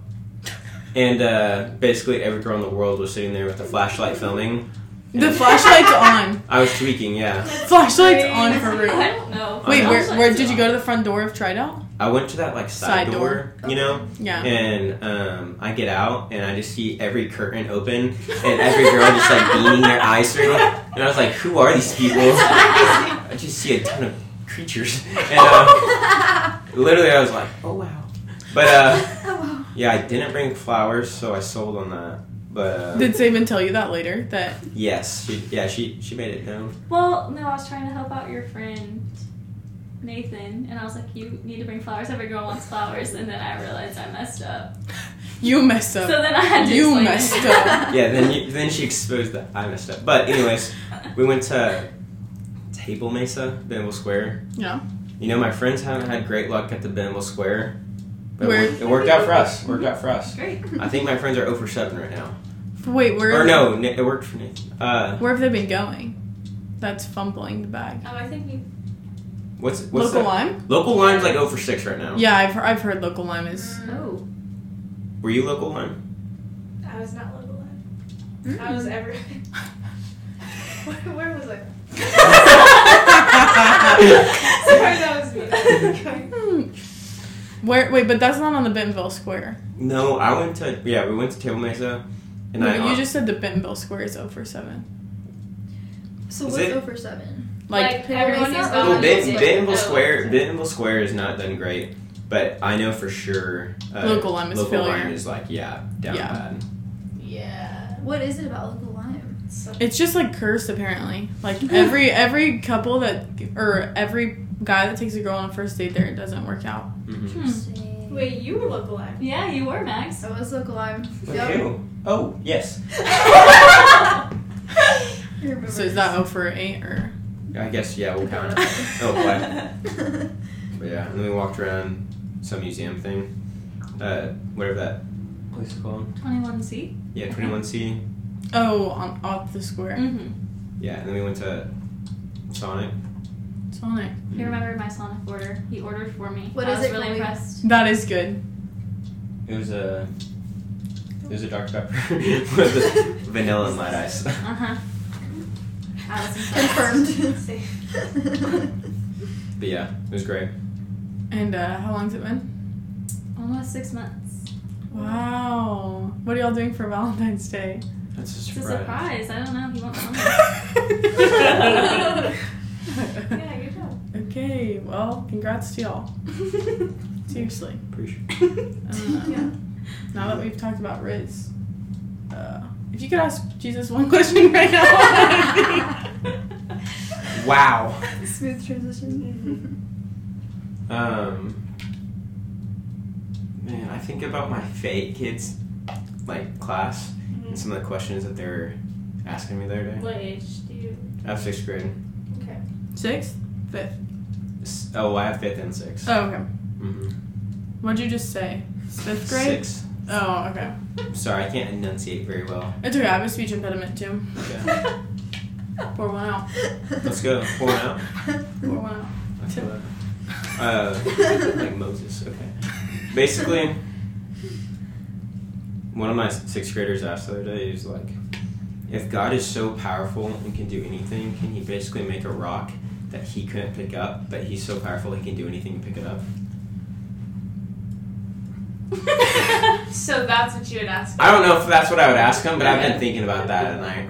Speaker 3: and uh, basically every girl in the world was sitting there with the flashlight filming.
Speaker 1: The flashlight's on.
Speaker 3: I was tweaking, yeah.
Speaker 1: Flashlight's on for
Speaker 5: I
Speaker 1: real.
Speaker 5: don't know.
Speaker 1: Wait,
Speaker 3: I
Speaker 1: where, where did you go to the front door of Tridout?
Speaker 3: I went to that like side,
Speaker 1: Side
Speaker 3: door, you know.
Speaker 1: Yeah.
Speaker 3: And um, I get out and I just see every curtain open and every girl just like beaming their eyes through. And I was like, who are these people? I just see a ton of creatures. And uh, literally I was like, oh wow. But uh, yeah, I didn't bring flowers, so I sold on that. But uh,
Speaker 1: Did Saban tell you that later? That
Speaker 3: yes, she, yeah, she she made it known.
Speaker 5: Well, no, I was trying to help out your friend. Nathan, and I was like, "You need to bring flowers. Every girl wants flowers." And then I realized I messed up.
Speaker 1: You messed
Speaker 5: So
Speaker 1: up.
Speaker 5: then I had to.
Speaker 1: you
Speaker 5: explain it.
Speaker 1: messed up.
Speaker 3: Yeah, then you, then she exposed that I messed up. But anyways, we went to Table Mesa, Benville Square.
Speaker 1: Yeah.
Speaker 3: You know, my friends haven't had great luck at the Benville Square, but it
Speaker 1: Where-
Speaker 3: worked- it worked out for us. Worked out for us.
Speaker 5: Great.
Speaker 3: I think my friends are 0 for 7 right now.
Speaker 1: Wait, where?
Speaker 3: Or no, Ni- it worked for Nathan. Uh,
Speaker 1: Where have they been going? That's fumbling the bag.
Speaker 5: Oh, I think you.
Speaker 3: what's what's
Speaker 1: local
Speaker 3: that?
Speaker 1: lime?
Speaker 3: Local lime's like 0 for 6 right now.
Speaker 1: Yeah, I've heard, I've heard local lime is.
Speaker 5: Oh.
Speaker 3: Were you local lime?
Speaker 2: I was not little. I was ever. where, where was I? Sorry, that was me. Okay.
Speaker 1: Hmm. Where? Wait, but that's not on the Bentonville Square.
Speaker 3: No, I went to yeah, we went to Table Mesa, and
Speaker 1: No,
Speaker 3: I
Speaker 1: you just said the Bentonville Square is 0 for 7.
Speaker 4: So
Speaker 3: Is
Speaker 4: what's
Speaker 3: it-
Speaker 4: over seven?
Speaker 1: Like,
Speaker 5: everyone
Speaker 4: Everyone's
Speaker 5: is
Speaker 4: not
Speaker 3: Well,
Speaker 4: Um,
Speaker 3: ben,
Speaker 4: it's like-
Speaker 3: Bentonville
Speaker 5: Oh,
Speaker 3: Square,
Speaker 5: sorry.
Speaker 3: Bentonville Square has not done great, but I know for sure uh,
Speaker 1: Local Lime is
Speaker 3: local
Speaker 1: failure.
Speaker 3: Lime is like yeah, down
Speaker 1: Yeah.
Speaker 3: bad.
Speaker 2: Yeah.
Speaker 4: What is it about local lime?
Speaker 2: So,
Speaker 1: it's just like cursed apparently. Like every every couple that or every guy that takes a girl on a first date there it doesn't work out.
Speaker 3: Mhm.
Speaker 5: Hmm.
Speaker 4: Wait,
Speaker 2: wait, you were local lime.
Speaker 5: Yeah, you were Max.
Speaker 4: I was local lime.
Speaker 3: Like,
Speaker 4: Yep.
Speaker 3: ew. Oh yes,
Speaker 4: I remember
Speaker 1: So is that 0 for 8 or?
Speaker 3: I guess yeah, we'll count. it.
Speaker 4: this.
Speaker 3: Oh what? But yeah, and then we walked around some museum thing, uh, whatever that place is called.
Speaker 5: Twenty-one C.
Speaker 3: Yeah, twenty one C.
Speaker 1: Oh, on off the square.
Speaker 5: Mm-hmm.
Speaker 3: Yeah, and then we went to Sonic. Mm-hmm.
Speaker 1: Sonic.
Speaker 5: He remembered my Sonic order. He ordered for me.
Speaker 4: What
Speaker 5: I
Speaker 4: is
Speaker 5: was
Speaker 4: it
Speaker 5: really
Speaker 4: for you?
Speaker 5: impressed.
Speaker 1: That is good.
Speaker 3: It was a. It was a Dr Pepper with vanilla and light ice.
Speaker 5: Uh huh. I was impressed.
Speaker 4: Confirmed.
Speaker 2: Safe.
Speaker 3: But yeah, it was great.
Speaker 1: And uh, how long's it been?
Speaker 5: Almost six months.
Speaker 1: Wow. What are y'all doing for Valentine's Day?
Speaker 3: That's a
Speaker 5: It's a
Speaker 3: surprise.
Speaker 5: surprise. I don't know. He wants something.
Speaker 1: okay,
Speaker 2: yeah, good job.
Speaker 1: well, congrats to y'all. Seriously.
Speaker 3: Pretty sure.
Speaker 1: Uh,
Speaker 2: Yeah.
Speaker 1: Now that we've talked about Riz, uh, if you could ask Jesus one question right now, what would it be?
Speaker 3: Wow.
Speaker 4: Smooth transition.
Speaker 3: Um. Man, I think about my fake kids, like class, and some of the questions that they were asking me the other day.
Speaker 2: What age do you?
Speaker 3: I have sixth grade.
Speaker 2: Okay.
Speaker 1: Sixth?
Speaker 3: S- Oh, I have fifth and 6th
Speaker 1: Oh, okay.
Speaker 3: Mm-hmm.
Speaker 1: What'd you just say? Fifth grade?
Speaker 3: Six.
Speaker 1: Oh, okay.
Speaker 3: Sorry, I can't enunciate very well.
Speaker 1: It's okay. I have a speech impediment, Jim.
Speaker 3: Okay.
Speaker 1: Pour one out.
Speaker 3: Let's go. Pour one out.
Speaker 1: Pour one out.
Speaker 3: Uh, like Moses. Okay. Basically, one of my sixth graders asked the other day, he was like, if God is so powerful and can do anything, can he basically make a rock that he couldn't pick up, but he's so powerful he can do anything and pick it up?
Speaker 2: So that's what you would ask.
Speaker 3: I don't know if that's what I would ask him, but I've been
Speaker 2: Okay.
Speaker 3: thinking about that at night.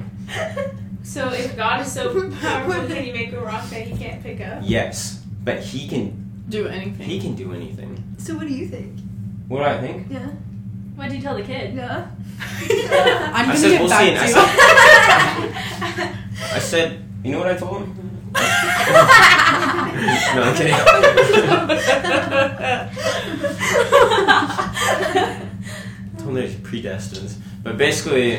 Speaker 2: So if God is so powerful, can he make a rock that he can't pick up?
Speaker 3: Yes, but he can
Speaker 1: Do anything.
Speaker 3: he can do anything.
Speaker 4: so what do you think?
Speaker 3: What do I think?
Speaker 4: Yeah.
Speaker 5: What'd you tell the kid?
Speaker 4: Yeah.
Speaker 1: I'm
Speaker 3: I
Speaker 1: gonna
Speaker 3: said
Speaker 1: get
Speaker 3: we'll
Speaker 1: back
Speaker 3: see, and I
Speaker 1: to
Speaker 3: said-
Speaker 1: you.
Speaker 3: I said, you know what I told him? no, I'm kidding. told him he's predestined. But basically,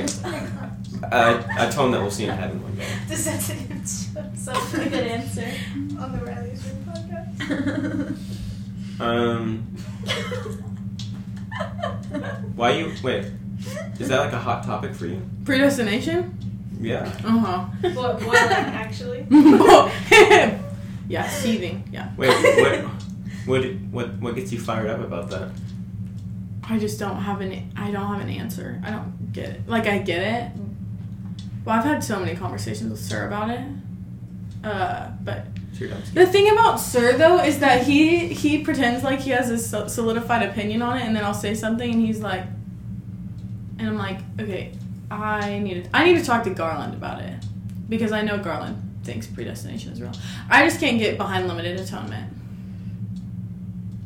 Speaker 3: I, I told him Uh, that we'll see in heaven one day.
Speaker 2: Does that sound
Speaker 5: Good
Speaker 2: something
Speaker 5: answer.
Speaker 2: on the Riley's Room podcast?
Speaker 3: Um, why you wait? Is that like a hot topic for you?
Speaker 1: Predestination?
Speaker 3: Yeah.
Speaker 1: Uh huh.
Speaker 2: What, what like, actually?
Speaker 1: yeah, seething. Yeah.
Speaker 3: Wait, what? What? What? What gets you fired up about that?
Speaker 1: I just don't have an. I don't have an answer. I don't get it. Like I get it. Well, I've had so many conversations with Sir about it. Uh, but
Speaker 3: Sure, I'm
Speaker 1: the thing about Sir though is that he he pretends like he has a so- solidified opinion on it, and then I'll say something, and he's like, and I'm like, okay, I need to I need to talk to Garland about it because I know Garland thinks predestination is real. I just can't get behind limited atonement.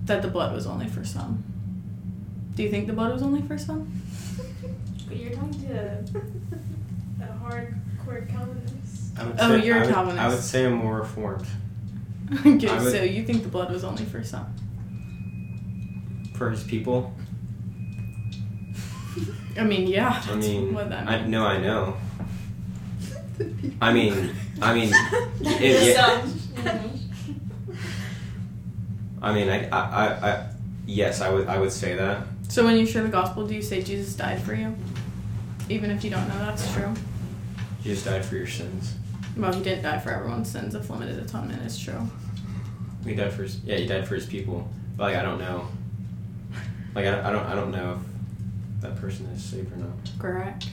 Speaker 1: That the blood was only for some. Do you think the blood was only for some?
Speaker 2: But you're talking to a hardcore Calvinist.
Speaker 3: I would
Speaker 1: Oh,
Speaker 3: say,
Speaker 1: you're a
Speaker 3: I would, I
Speaker 1: Calvinist.
Speaker 3: would say I'm more reformed.
Speaker 1: Okay,
Speaker 3: I would-
Speaker 1: so you think the blood was only for some?
Speaker 3: for his people.
Speaker 1: I mean, yeah. That's
Speaker 3: I mean,
Speaker 1: what that
Speaker 3: I
Speaker 1: means.
Speaker 3: no, I know. I mean, I mean,
Speaker 2: So,
Speaker 3: it, yeah,
Speaker 2: mhm.
Speaker 3: I mean, I, I, I, I, yes, I would, I would say that.
Speaker 1: So when you share the gospel, do you say Jesus died for you, even if you don't know that's true?
Speaker 3: You just died for your sins.
Speaker 1: Well, he didn't die for everyone's sins. If limited atonement is true.
Speaker 3: He died for his, yeah, he died for his people. But like, I don't know. Like, I, I don't, I don't know if that person is saved or not.
Speaker 1: Correct.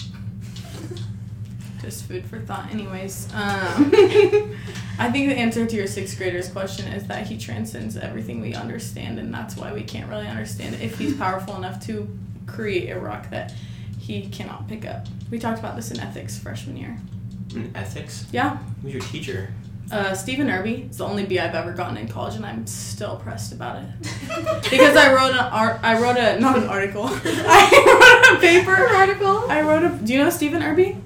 Speaker 1: Just food for thought. Anyways, um, I think the answer to your sixth grader's question is that he transcends everything we understand, and that's why we can't really understand it if he's powerful enough to create a rock that he cannot pick up. We talked about this in ethics freshman year.
Speaker 3: In ethics,
Speaker 1: Yeah.
Speaker 3: who's your teacher?
Speaker 1: Uh, Stephen Irby is the only B I've ever gotten in college, and I'm still pressed about it. because I wrote an art. I wrote a not an article. I wrote a paper article. I wrote a. Do you know Stephen Irby?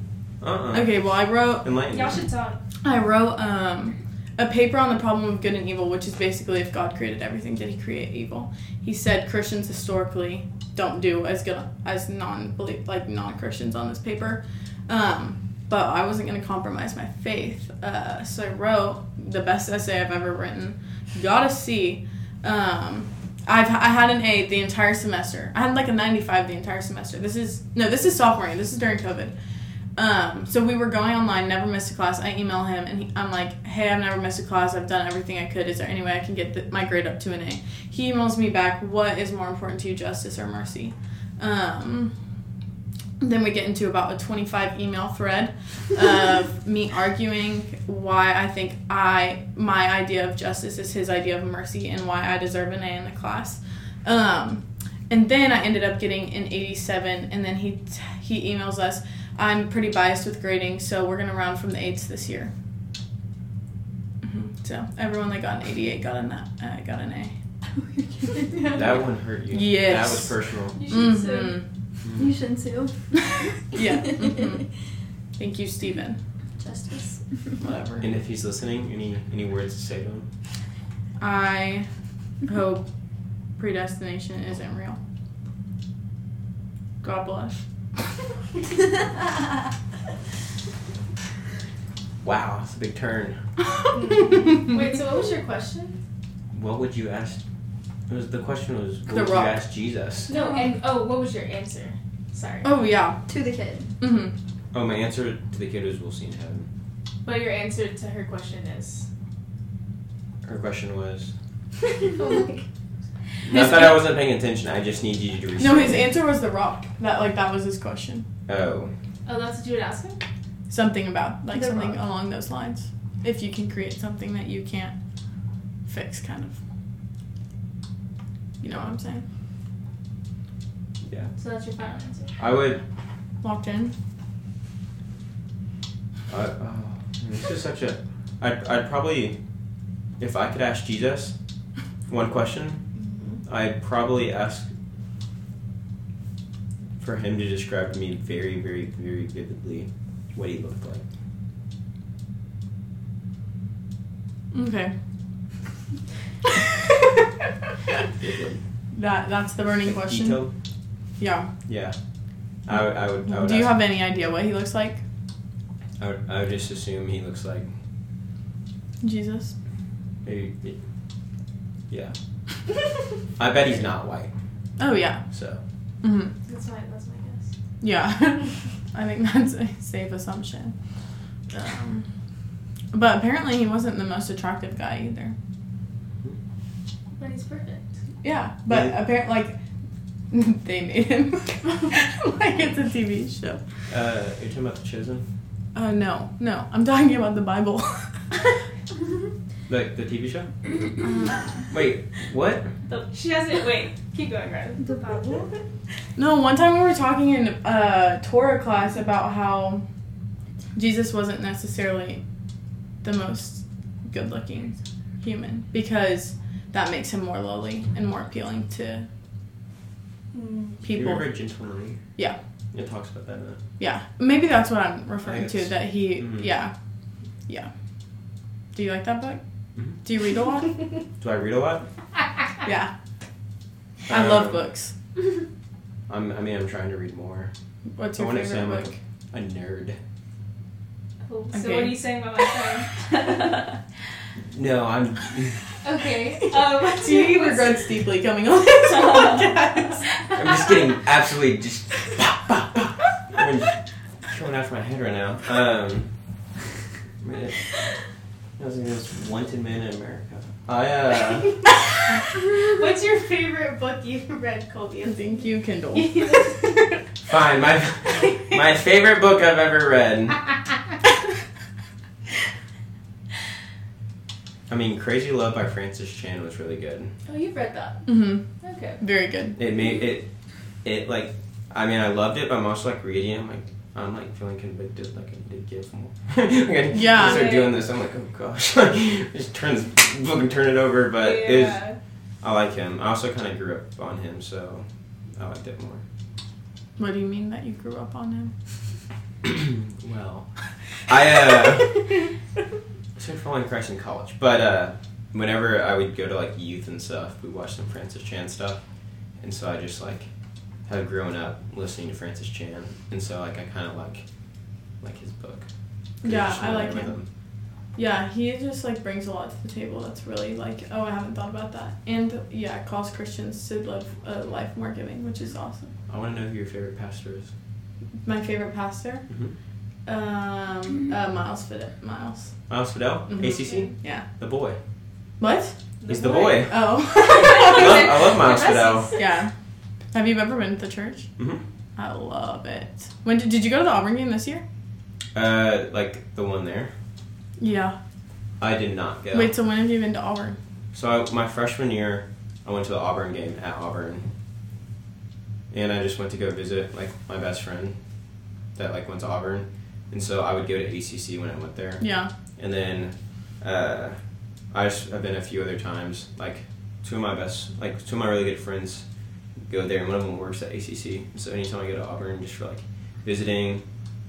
Speaker 3: Uh. uh
Speaker 1: Okay, well I wrote
Speaker 3: Enlighten. me.
Speaker 2: Y'all should talk.
Speaker 1: I wrote um a paper on the problem of good and evil, which is basically if God created everything, did He create evil? He said Christians historically don't do as good as non believe like non Christians on this paper. Um, but I wasn't gonna compromise my faith, uh, so I wrote the best essay I've ever written. Got a C. Um, I've I had an A the entire semester. I had like a 95 the entire semester. This is no, this is sophomore year. This is during COVID. Um, so we were going online, never missed a class. I email him and he, I'm like, hey, I've never missed a class. I've done everything I could. Is there any way I can get the, my grade up to an A? He emails me back, what is more important to you, justice or mercy? Um, then we get into about a 25 email thread of me arguing why I think I my idea of justice is his idea of mercy and why I deserve an A in the class. Um, and then I ended up getting an 87, and then he he emails us. I'm pretty biased with grading, so we're gonna round from the eights this year. Mhm. So everyone that got an 88 got an uh, got an A.
Speaker 3: That one hurt you.
Speaker 1: Yes.
Speaker 3: That was personal.
Speaker 2: You should sue.
Speaker 1: Mhm.
Speaker 4: You Mm-hmm. shouldn't sue.
Speaker 1: Yeah. mhm. Thank you, Steven.
Speaker 4: Justice.
Speaker 1: Whatever.
Speaker 3: Mm. And if he's listening, any any words to say to him?
Speaker 1: I hope predestination isn't real. God bless.
Speaker 3: Wow, that's a big turn.
Speaker 2: Wait, so what was your question?
Speaker 3: What would you ask? It was the question was what
Speaker 1: The
Speaker 3: would
Speaker 1: rock.
Speaker 3: you ask Jesus?
Speaker 2: No, and oh, what was your answer? Sorry.
Speaker 1: oh yeah.
Speaker 4: to the kid.
Speaker 1: hmm
Speaker 3: Oh, my answer to the kid was we'll see in heaven.
Speaker 2: But your answer to her question is.
Speaker 3: Her question was.
Speaker 2: oh
Speaker 3: Not that I wasn't paying attention. I just need you to receive.
Speaker 1: No, his
Speaker 3: it.
Speaker 1: answer was the rock. That like that was his question.
Speaker 3: Oh,
Speaker 2: that's what you would ask him?
Speaker 1: Something about like
Speaker 4: The
Speaker 1: something
Speaker 4: rock.
Speaker 1: along those lines. If you can create something that you can't fix, kind of. You know what I'm saying?
Speaker 2: So that's your final answer.
Speaker 3: I would.
Speaker 1: Locked in.
Speaker 3: I, oh, this is such a. I'd I'd probably, if I could ask Jesus, one question, I'd probably ask. For him to describe to me very, very, very vividly what he looked like.
Speaker 1: Okay.
Speaker 3: Vivid.
Speaker 1: that that's the burning
Speaker 3: Like
Speaker 1: question.
Speaker 3: detailed?
Speaker 1: Yeah.
Speaker 3: Yeah. I, would- I would. I would
Speaker 1: Do you
Speaker 3: ask-
Speaker 1: have any idea what he looks like?
Speaker 3: I would, I would just assume he looks like
Speaker 1: Jesus.
Speaker 3: maybe. Yeah. I bet he's not white.
Speaker 1: Oh yeah.
Speaker 3: So
Speaker 1: hmm
Speaker 2: That's my that's my guess.
Speaker 1: Yeah. I think that's a safe assumption. Um, but apparently he wasn't the most attractive guy either.
Speaker 2: But he's perfect.
Speaker 1: Yeah, but
Speaker 3: Yeah.
Speaker 1: apparently, like, they made him. like, it's a TV show.
Speaker 3: uh, you're talking about the chosen,
Speaker 1: Uh, no, no. I'm talking about the Bible.
Speaker 3: like the TV show. Wait, what?
Speaker 2: The, she hasn't. Wait, keep going, Ryan.
Speaker 4: The
Speaker 2: Oh,
Speaker 4: Bible.
Speaker 1: no, one time we were talking in uh, Torah class about how Jesus wasn't necessarily the most good looking human because that makes him more lowly and more appealing to
Speaker 3: You
Speaker 1: people.
Speaker 3: remember Gentleman?
Speaker 1: Yeah.
Speaker 3: It talks about that. uh, In it.
Speaker 1: Yeah, maybe that's what I'm
Speaker 3: I Mm-hmm.
Speaker 1: referring
Speaker 3: think
Speaker 1: to.
Speaker 3: it's-
Speaker 1: That he,
Speaker 3: Mhm.
Speaker 1: yeah, yeah. Do you like that book?
Speaker 3: Mm-hmm.
Speaker 1: Do you read a lot?
Speaker 3: Do I read a lot?
Speaker 1: yeah. I love
Speaker 3: Um,
Speaker 1: books.
Speaker 3: I'm, I mean, I'm trying to read more.
Speaker 1: What's
Speaker 3: I
Speaker 1: your
Speaker 3: wanna say
Speaker 1: favorite
Speaker 3: I'm a-
Speaker 1: book?
Speaker 3: A nerd.
Speaker 2: So what are
Speaker 1: Okay.
Speaker 2: you saying about my friend?
Speaker 3: No, I'm.
Speaker 2: okay. Um,
Speaker 1: Do you regrets deeply coming on this podcast?
Speaker 3: I'm just getting absolutely just. Pop, pop, pop. I'm coming out of my head right now. Um. man, I was the most wanted man in America. I uh.
Speaker 2: What's your favorite book you've read, Colby?
Speaker 1: Thank you, Kindle.
Speaker 3: Fine. My my favorite book I've ever read. I mean, Crazy Love by Francis Chan was really good.
Speaker 2: oh, you've read that.
Speaker 1: hmm
Speaker 2: Okay.
Speaker 1: Very good.
Speaker 3: It made it, it like, I mean, I loved it, but I'm also like reading. it, I'm like, I'm like feeling convicted. Like I need to give more. like, I-
Speaker 1: Yeah.
Speaker 3: I start
Speaker 2: Right.
Speaker 3: doing this. I'm like, oh gosh, just turn this book and turn it over. But it was,
Speaker 2: yeah.
Speaker 3: I like him. I also kind of grew up on him, so I liked it more.
Speaker 1: What do you mean that you grew up on him?
Speaker 3: well, I uh, started following Christ in college, but uh, whenever I would go to like youth and stuff, we watched some Francis Chan stuff, and so I just like have grown up listening to Francis Chan, and so like I kind of like like his book. 'Cause
Speaker 1: Yeah,
Speaker 3: just
Speaker 1: I like
Speaker 3: familiar
Speaker 1: him.
Speaker 3: with
Speaker 1: Yeah, he just like brings a lot to the table. That's really like, oh, I haven't thought about that. And yeah, calls Christians to live a life more giving, which is awesome.
Speaker 3: I want to know who your favorite pastor is.
Speaker 1: My favorite pastor,
Speaker 3: Mhm.
Speaker 1: um, uh, Miles Fidel. Miles.
Speaker 3: Miles Fidel,
Speaker 1: Mhm.
Speaker 3: ACC,
Speaker 1: Yeah.
Speaker 3: the boy.
Speaker 1: What?
Speaker 3: He's the boy. I love,
Speaker 1: Oh.
Speaker 3: I love Miles Fidel.
Speaker 1: yeah. Have you ever been to church?
Speaker 3: Mhm.
Speaker 1: I love it. When did, did you go to the Auburn game this year?
Speaker 3: Uh, like the one there.
Speaker 1: Yeah.
Speaker 3: I did not go.
Speaker 1: Wait, so when have you been to Auburn?
Speaker 3: So I, my freshman year, I went to the Auburn game at Auburn, and I just went to go visit like my best friend that like went to Auburn, and so I would go to ACC when I went there,
Speaker 1: Yeah.
Speaker 3: and then uh, I just, I've been a few other times. Like two of my best, like two of my really good friends go there, and one of them works at ACC. So anytime I go to Auburn, just for like visiting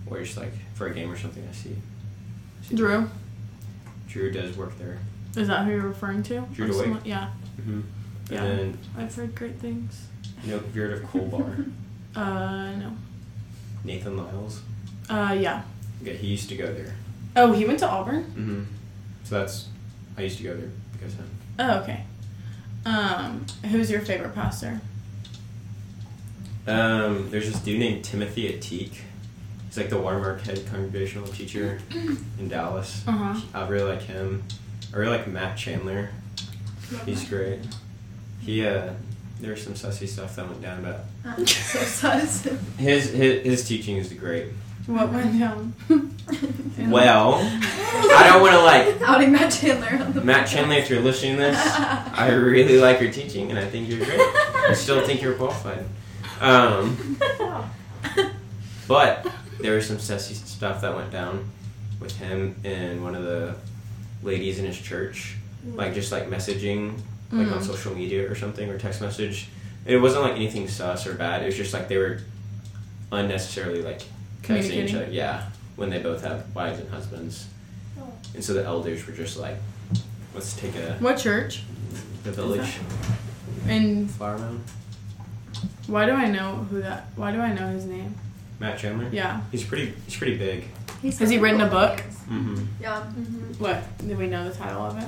Speaker 3: or just like for a game or something, I see. see
Speaker 1: Drew,
Speaker 3: Drew does work there.
Speaker 1: is that who you're referring to?
Speaker 3: Drew
Speaker 1: Or
Speaker 3: DeWitt.
Speaker 1: someone- Yeah.
Speaker 3: Mm-hmm.
Speaker 1: Yeah.
Speaker 3: And then
Speaker 1: I've heard great things.
Speaker 3: you know, Beard of Bar.
Speaker 1: Uh, no.
Speaker 3: Nathan Lyles.
Speaker 1: Uh, yeah.
Speaker 3: Yeah, he used to go there.
Speaker 1: Oh, he went to Auburn?
Speaker 3: Mm-hmm. So that's I used to go there because of him.
Speaker 1: Oh, okay. Um, who's your favorite pastor?
Speaker 3: Um, there's this dude named Timothy Atik. He's like the Watermark head congregational teacher in Dallas.
Speaker 1: Uh huh.
Speaker 3: I really like him. I really like Matt Chandler. He's great. He uh, there was some sussy stuff that went down, but
Speaker 4: Uh,
Speaker 2: So sus.
Speaker 3: his his, his teaching is great.
Speaker 1: What um, went down?
Speaker 3: Well, I don't want to like
Speaker 4: outing Matt Chandler on the
Speaker 3: Matt Chandler if you're listening to this. I really like your teaching, and I think you're great. I still think you're qualified. Um,
Speaker 2: Oh,
Speaker 3: but there was some sassy stuff that went down with him and one of the ladies in his church, like just like messaging, like on
Speaker 1: Mm.
Speaker 3: social media or something, or text message. It wasn't like anything sus or bad. It was just like they were unnecessarily like texting each
Speaker 1: Communicating.
Speaker 3: other. Yeah, when they both have wives and husbands,
Speaker 2: Oh.
Speaker 3: and so the elders were just like, "Let's take a
Speaker 1: What church?
Speaker 3: the village."
Speaker 1: And
Speaker 3: Flower Mound.
Speaker 1: why do I know who that? Why do I know his name?
Speaker 3: Matt Chandler.
Speaker 1: Yeah.
Speaker 3: He's pretty. He's pretty big.
Speaker 4: He's
Speaker 1: Has he
Speaker 4: so
Speaker 1: written a
Speaker 4: cool.
Speaker 1: book?
Speaker 3: Mm-hmm.
Speaker 4: Yeah.
Speaker 1: What? Do we know the title of it?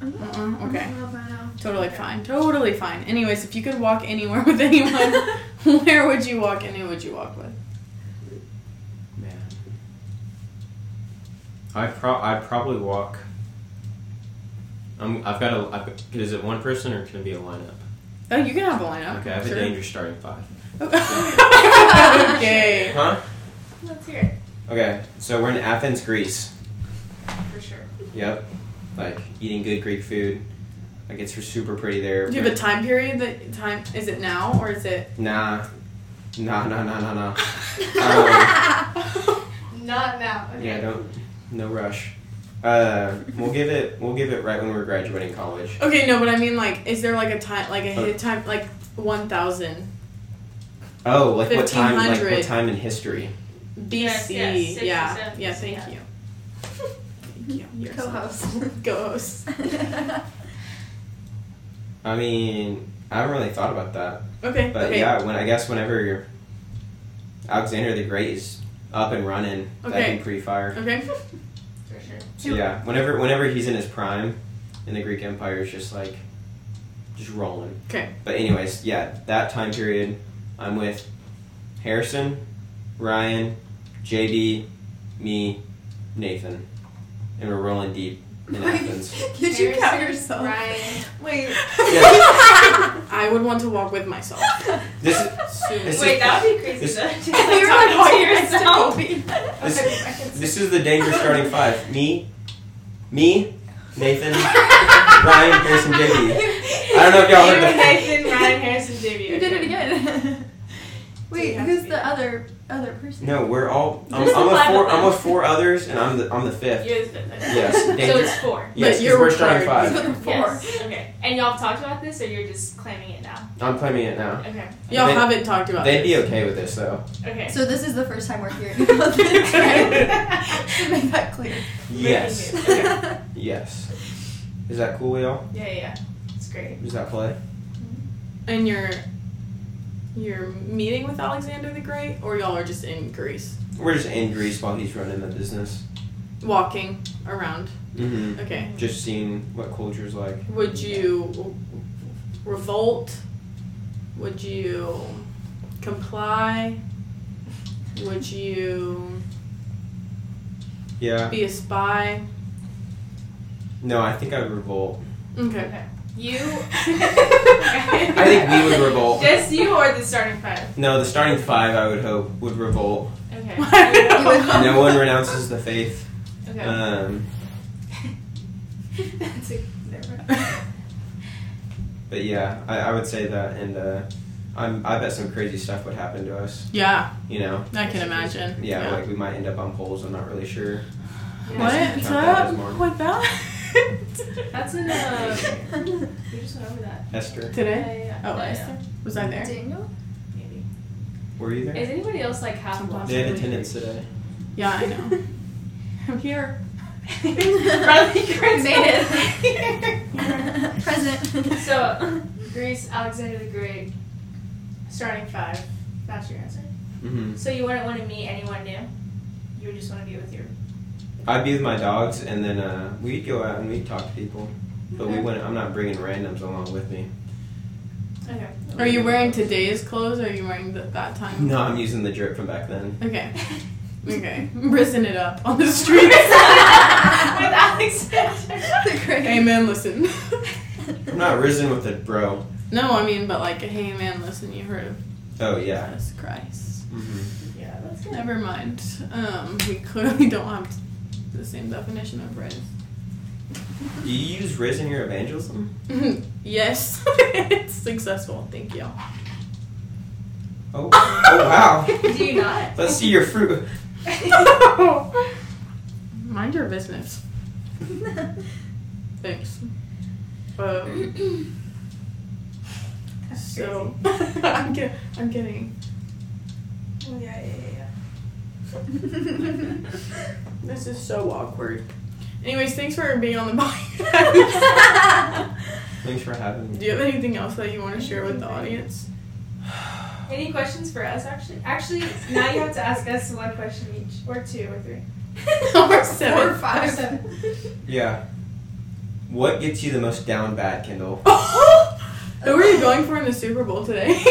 Speaker 1: Uh-uh. Okay.
Speaker 4: I don't know if I know.
Speaker 1: Totally fine. Totally fine. Anyways, if you could walk anywhere with anyone, where would you walk and who would you walk with?
Speaker 3: Man. I pro. I probably walk. I'm, I've got a. I've, got- is it one person or can it be a lineup?
Speaker 1: Oh, you can have a lineup.
Speaker 3: Okay, I have
Speaker 1: sure.
Speaker 3: a dangerous starting five.
Speaker 1: okay.
Speaker 3: Huh?
Speaker 2: Let's hear it.
Speaker 3: Okay, so we're in Athens, Greece.
Speaker 2: For sure.
Speaker 3: Yep. Like eating good Greek food. Like it's super pretty there.
Speaker 1: Do you have a time period that time is it now or is it
Speaker 3: nah. Nah, nah, nah, nah, nah. um,
Speaker 2: Not now. Okay.
Speaker 3: yeah, don't. No rush. Uh, we'll give it. We'll give it right when we're graduating college.
Speaker 1: Okay, no, but I mean like is there like a time like a hit time like one thousand
Speaker 3: Oh, like what time? Like what
Speaker 1: 1500.
Speaker 3: time in history?
Speaker 1: BC.
Speaker 2: Yes, yes, six or
Speaker 1: yeah.
Speaker 2: seven.
Speaker 1: Yeah, thank
Speaker 2: Yeah.
Speaker 1: you. you. You're so-
Speaker 4: Co-host.
Speaker 1: Go host.
Speaker 3: I mean, I haven't really thought about that.
Speaker 1: Okay.
Speaker 3: But
Speaker 1: okay.
Speaker 3: yeah, when I guess whenever Alexander the Great is up and running, that'd
Speaker 1: Okay.
Speaker 3: be pretty fire.
Speaker 1: Okay.
Speaker 2: For sure.
Speaker 3: So yeah, whenever whenever he's in his prime, and the Greek Empire is just like just rolling.
Speaker 1: Okay.
Speaker 3: But anyways, yeah, that time period, I'm with Harrison, Ryan, JB, me, Nathan, and we're rolling deep in Athens.
Speaker 1: Did you count
Speaker 2: Harrison,
Speaker 1: yourself?
Speaker 2: Ryan.
Speaker 4: Wait.
Speaker 3: Yeah,
Speaker 1: I would want to walk with myself.
Speaker 3: this is this
Speaker 2: Wait,
Speaker 3: is,
Speaker 2: that would be crazy.
Speaker 3: this-
Speaker 2: though. Just,
Speaker 1: You're
Speaker 2: talking
Speaker 1: like,
Speaker 2: to
Speaker 1: "Oh, it's
Speaker 2: yourself.
Speaker 3: This-
Speaker 2: Okay, I can see.
Speaker 3: This is the dangerous starting five. Me, me, Nathan, Ryan, Harrison, JB. I don't know if y'all
Speaker 2: You,
Speaker 3: heard that.
Speaker 2: Nathan, Ryan, Harrison, JB.
Speaker 5: You did it again.
Speaker 2: Wait,
Speaker 5: Wait,
Speaker 2: who's
Speaker 5: who's
Speaker 2: the
Speaker 5: the other other person?
Speaker 3: No, we're all. I'm,
Speaker 5: This is
Speaker 3: I'm with
Speaker 5: five
Speaker 3: four.
Speaker 5: of them.
Speaker 3: I'm with four others, and I'm the I'm the fifth.
Speaker 2: You're the fifth. okay.
Speaker 3: Yes,
Speaker 2: So
Speaker 3: danger-
Speaker 2: it's four.
Speaker 3: Yes,
Speaker 1: But
Speaker 3: 'cause
Speaker 1: you're
Speaker 3: we're starting
Speaker 1: required.
Speaker 3: five.
Speaker 5: Four.
Speaker 2: Yes. Okay. And y'all have talked about this, or you're just claiming it now?
Speaker 3: I'm claiming it now.
Speaker 2: Okay.
Speaker 1: Y'all
Speaker 3: They-
Speaker 1: haven't talked about
Speaker 3: They'd be
Speaker 1: this.
Speaker 3: okay with this though.
Speaker 2: Okay.
Speaker 4: So this is the first time we're hearing about this. right? to make that clear.
Speaker 3: Yes,
Speaker 2: Making it- okay.
Speaker 3: yes. Is that cool, y'all?
Speaker 2: Yeah, yeah, yeah. It's great.
Speaker 3: Does that play?
Speaker 1: And you're you're meeting with Alexander the Great, or y'all are just in Greece,
Speaker 3: We're just in Greece while he's running the business.
Speaker 1: walking around.
Speaker 3: Mm-hmm.
Speaker 1: Okay.
Speaker 3: Just seeing what culture's like.
Speaker 1: Would you revolt? Would you comply? Would you
Speaker 3: Yeah.
Speaker 1: be a spy?
Speaker 3: No, I think I would revolt.
Speaker 1: Okay.
Speaker 2: Okay. You.
Speaker 3: I think we would revolt.
Speaker 2: Just you or the starting five?
Speaker 3: No, the starting five, I would hope, would revolt.
Speaker 2: Okay.
Speaker 1: Why
Speaker 4: not?
Speaker 3: No one renounces the faith.
Speaker 2: Okay.
Speaker 3: Um,
Speaker 2: That's a, never mind.
Speaker 3: but yeah, I, I would say that, and uh, I'm, I bet some crazy stuff would happen to us.
Speaker 1: Yeah,
Speaker 3: You know,
Speaker 1: I can imagine.
Speaker 3: yeah, like we might end up on poles. I'm not really sure.
Speaker 1: What's
Speaker 3: Not that
Speaker 1: up
Speaker 3: this morning.
Speaker 1: with that?
Speaker 2: That's an. Uh, we just went over that.
Speaker 3: Esther,
Speaker 1: Today?
Speaker 2: Yeah, yeah,
Speaker 1: Oh,
Speaker 2: yeah,
Speaker 1: Esther? Was I there?
Speaker 4: Daniel?
Speaker 2: yeah, maybe.
Speaker 3: were you
Speaker 2: Is
Speaker 3: there?
Speaker 2: anybody else like half blind?
Speaker 3: They had attendance today.
Speaker 1: Yeah, I know. I'm here.
Speaker 2: Bradley Chris
Speaker 4: Made
Speaker 2: it.
Speaker 4: Present.
Speaker 2: so, Greece, Alexander the Great, starting five. That's your answer.
Speaker 3: hmm
Speaker 2: So you wouldn't want to meet anyone new. You would just want to be with your.
Speaker 3: I'd be with my dogs, and then uh, we'd go out and we'd talk to people. But we
Speaker 2: Okay.
Speaker 3: wouldn't. I'm not bringing randoms along with me.
Speaker 2: Okay.
Speaker 1: Are you wearing today's clothes or are you wearing the, that time?
Speaker 3: No, I'm using the drip from back then.
Speaker 1: Okay. Okay. Risen it up on the streets.
Speaker 2: with Alexander.
Speaker 4: the great.
Speaker 1: hey man, listen.
Speaker 3: I'm not risen with it, bro.
Speaker 1: no, I mean, but like, hey man, listen, you heard of
Speaker 3: Oh yeah.
Speaker 1: Jesus Christ.
Speaker 3: hmm
Speaker 2: Yeah, that's good.
Speaker 1: Never mind. Um, we clearly don't have the same definition of res.
Speaker 3: Do you use Riz in your evangelism?
Speaker 1: yes, it's successful. Thank you.
Speaker 3: Oh, oh wow.
Speaker 2: Do you not?
Speaker 3: Let's see your fruit.
Speaker 1: Mind your business. Thanks. Um, so I'm, ki- I'm kidding.
Speaker 2: Yeah, yeah, yeah.
Speaker 1: This is so awkward. Anyways, thanks for being on the podcast.
Speaker 3: Thanks for having me.
Speaker 1: Do you have anything else that you want to share with the audience?
Speaker 2: Any questions for us? Actually, actually, now you have to ask us one question each, or two, or three.
Speaker 1: Or
Speaker 4: Four or
Speaker 1: seven.
Speaker 4: five.
Speaker 2: Or seven.
Speaker 3: Yeah. What gets you the most down bad, Kendall?
Speaker 1: Who are you going for in the Super Bowl today?
Speaker 2: Um,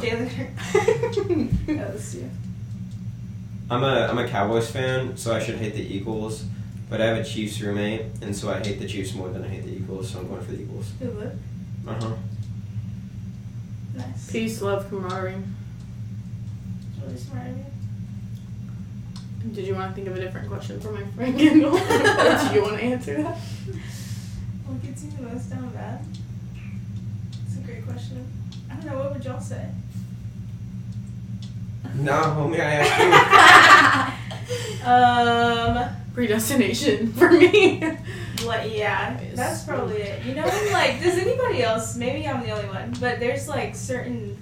Speaker 2: Jalen. That was you.
Speaker 3: I'm a I'm a Cowboys fan, so I should hate the Eagles. But I have a Chiefs roommate, and so I hate the Chiefs more than I hate the Eagles, so I'm going for the Eagles.
Speaker 2: Good look.
Speaker 3: Uh huh.
Speaker 2: Nice.
Speaker 1: Peace, love, camaraderie.
Speaker 2: Really smart of you.
Speaker 1: Did you want to think of a different question for my friend Kendall? Or Do you want to answer that?
Speaker 2: What gets you the most down bad? It's a great question. I don't know. What would y'all say?
Speaker 3: No, homie, I asked
Speaker 2: Um.
Speaker 1: Predestination for me.
Speaker 2: Like, yeah,
Speaker 1: Yes.
Speaker 2: that's probably it. You know, like, does anybody else? Maybe I'm the only one, but there's like certain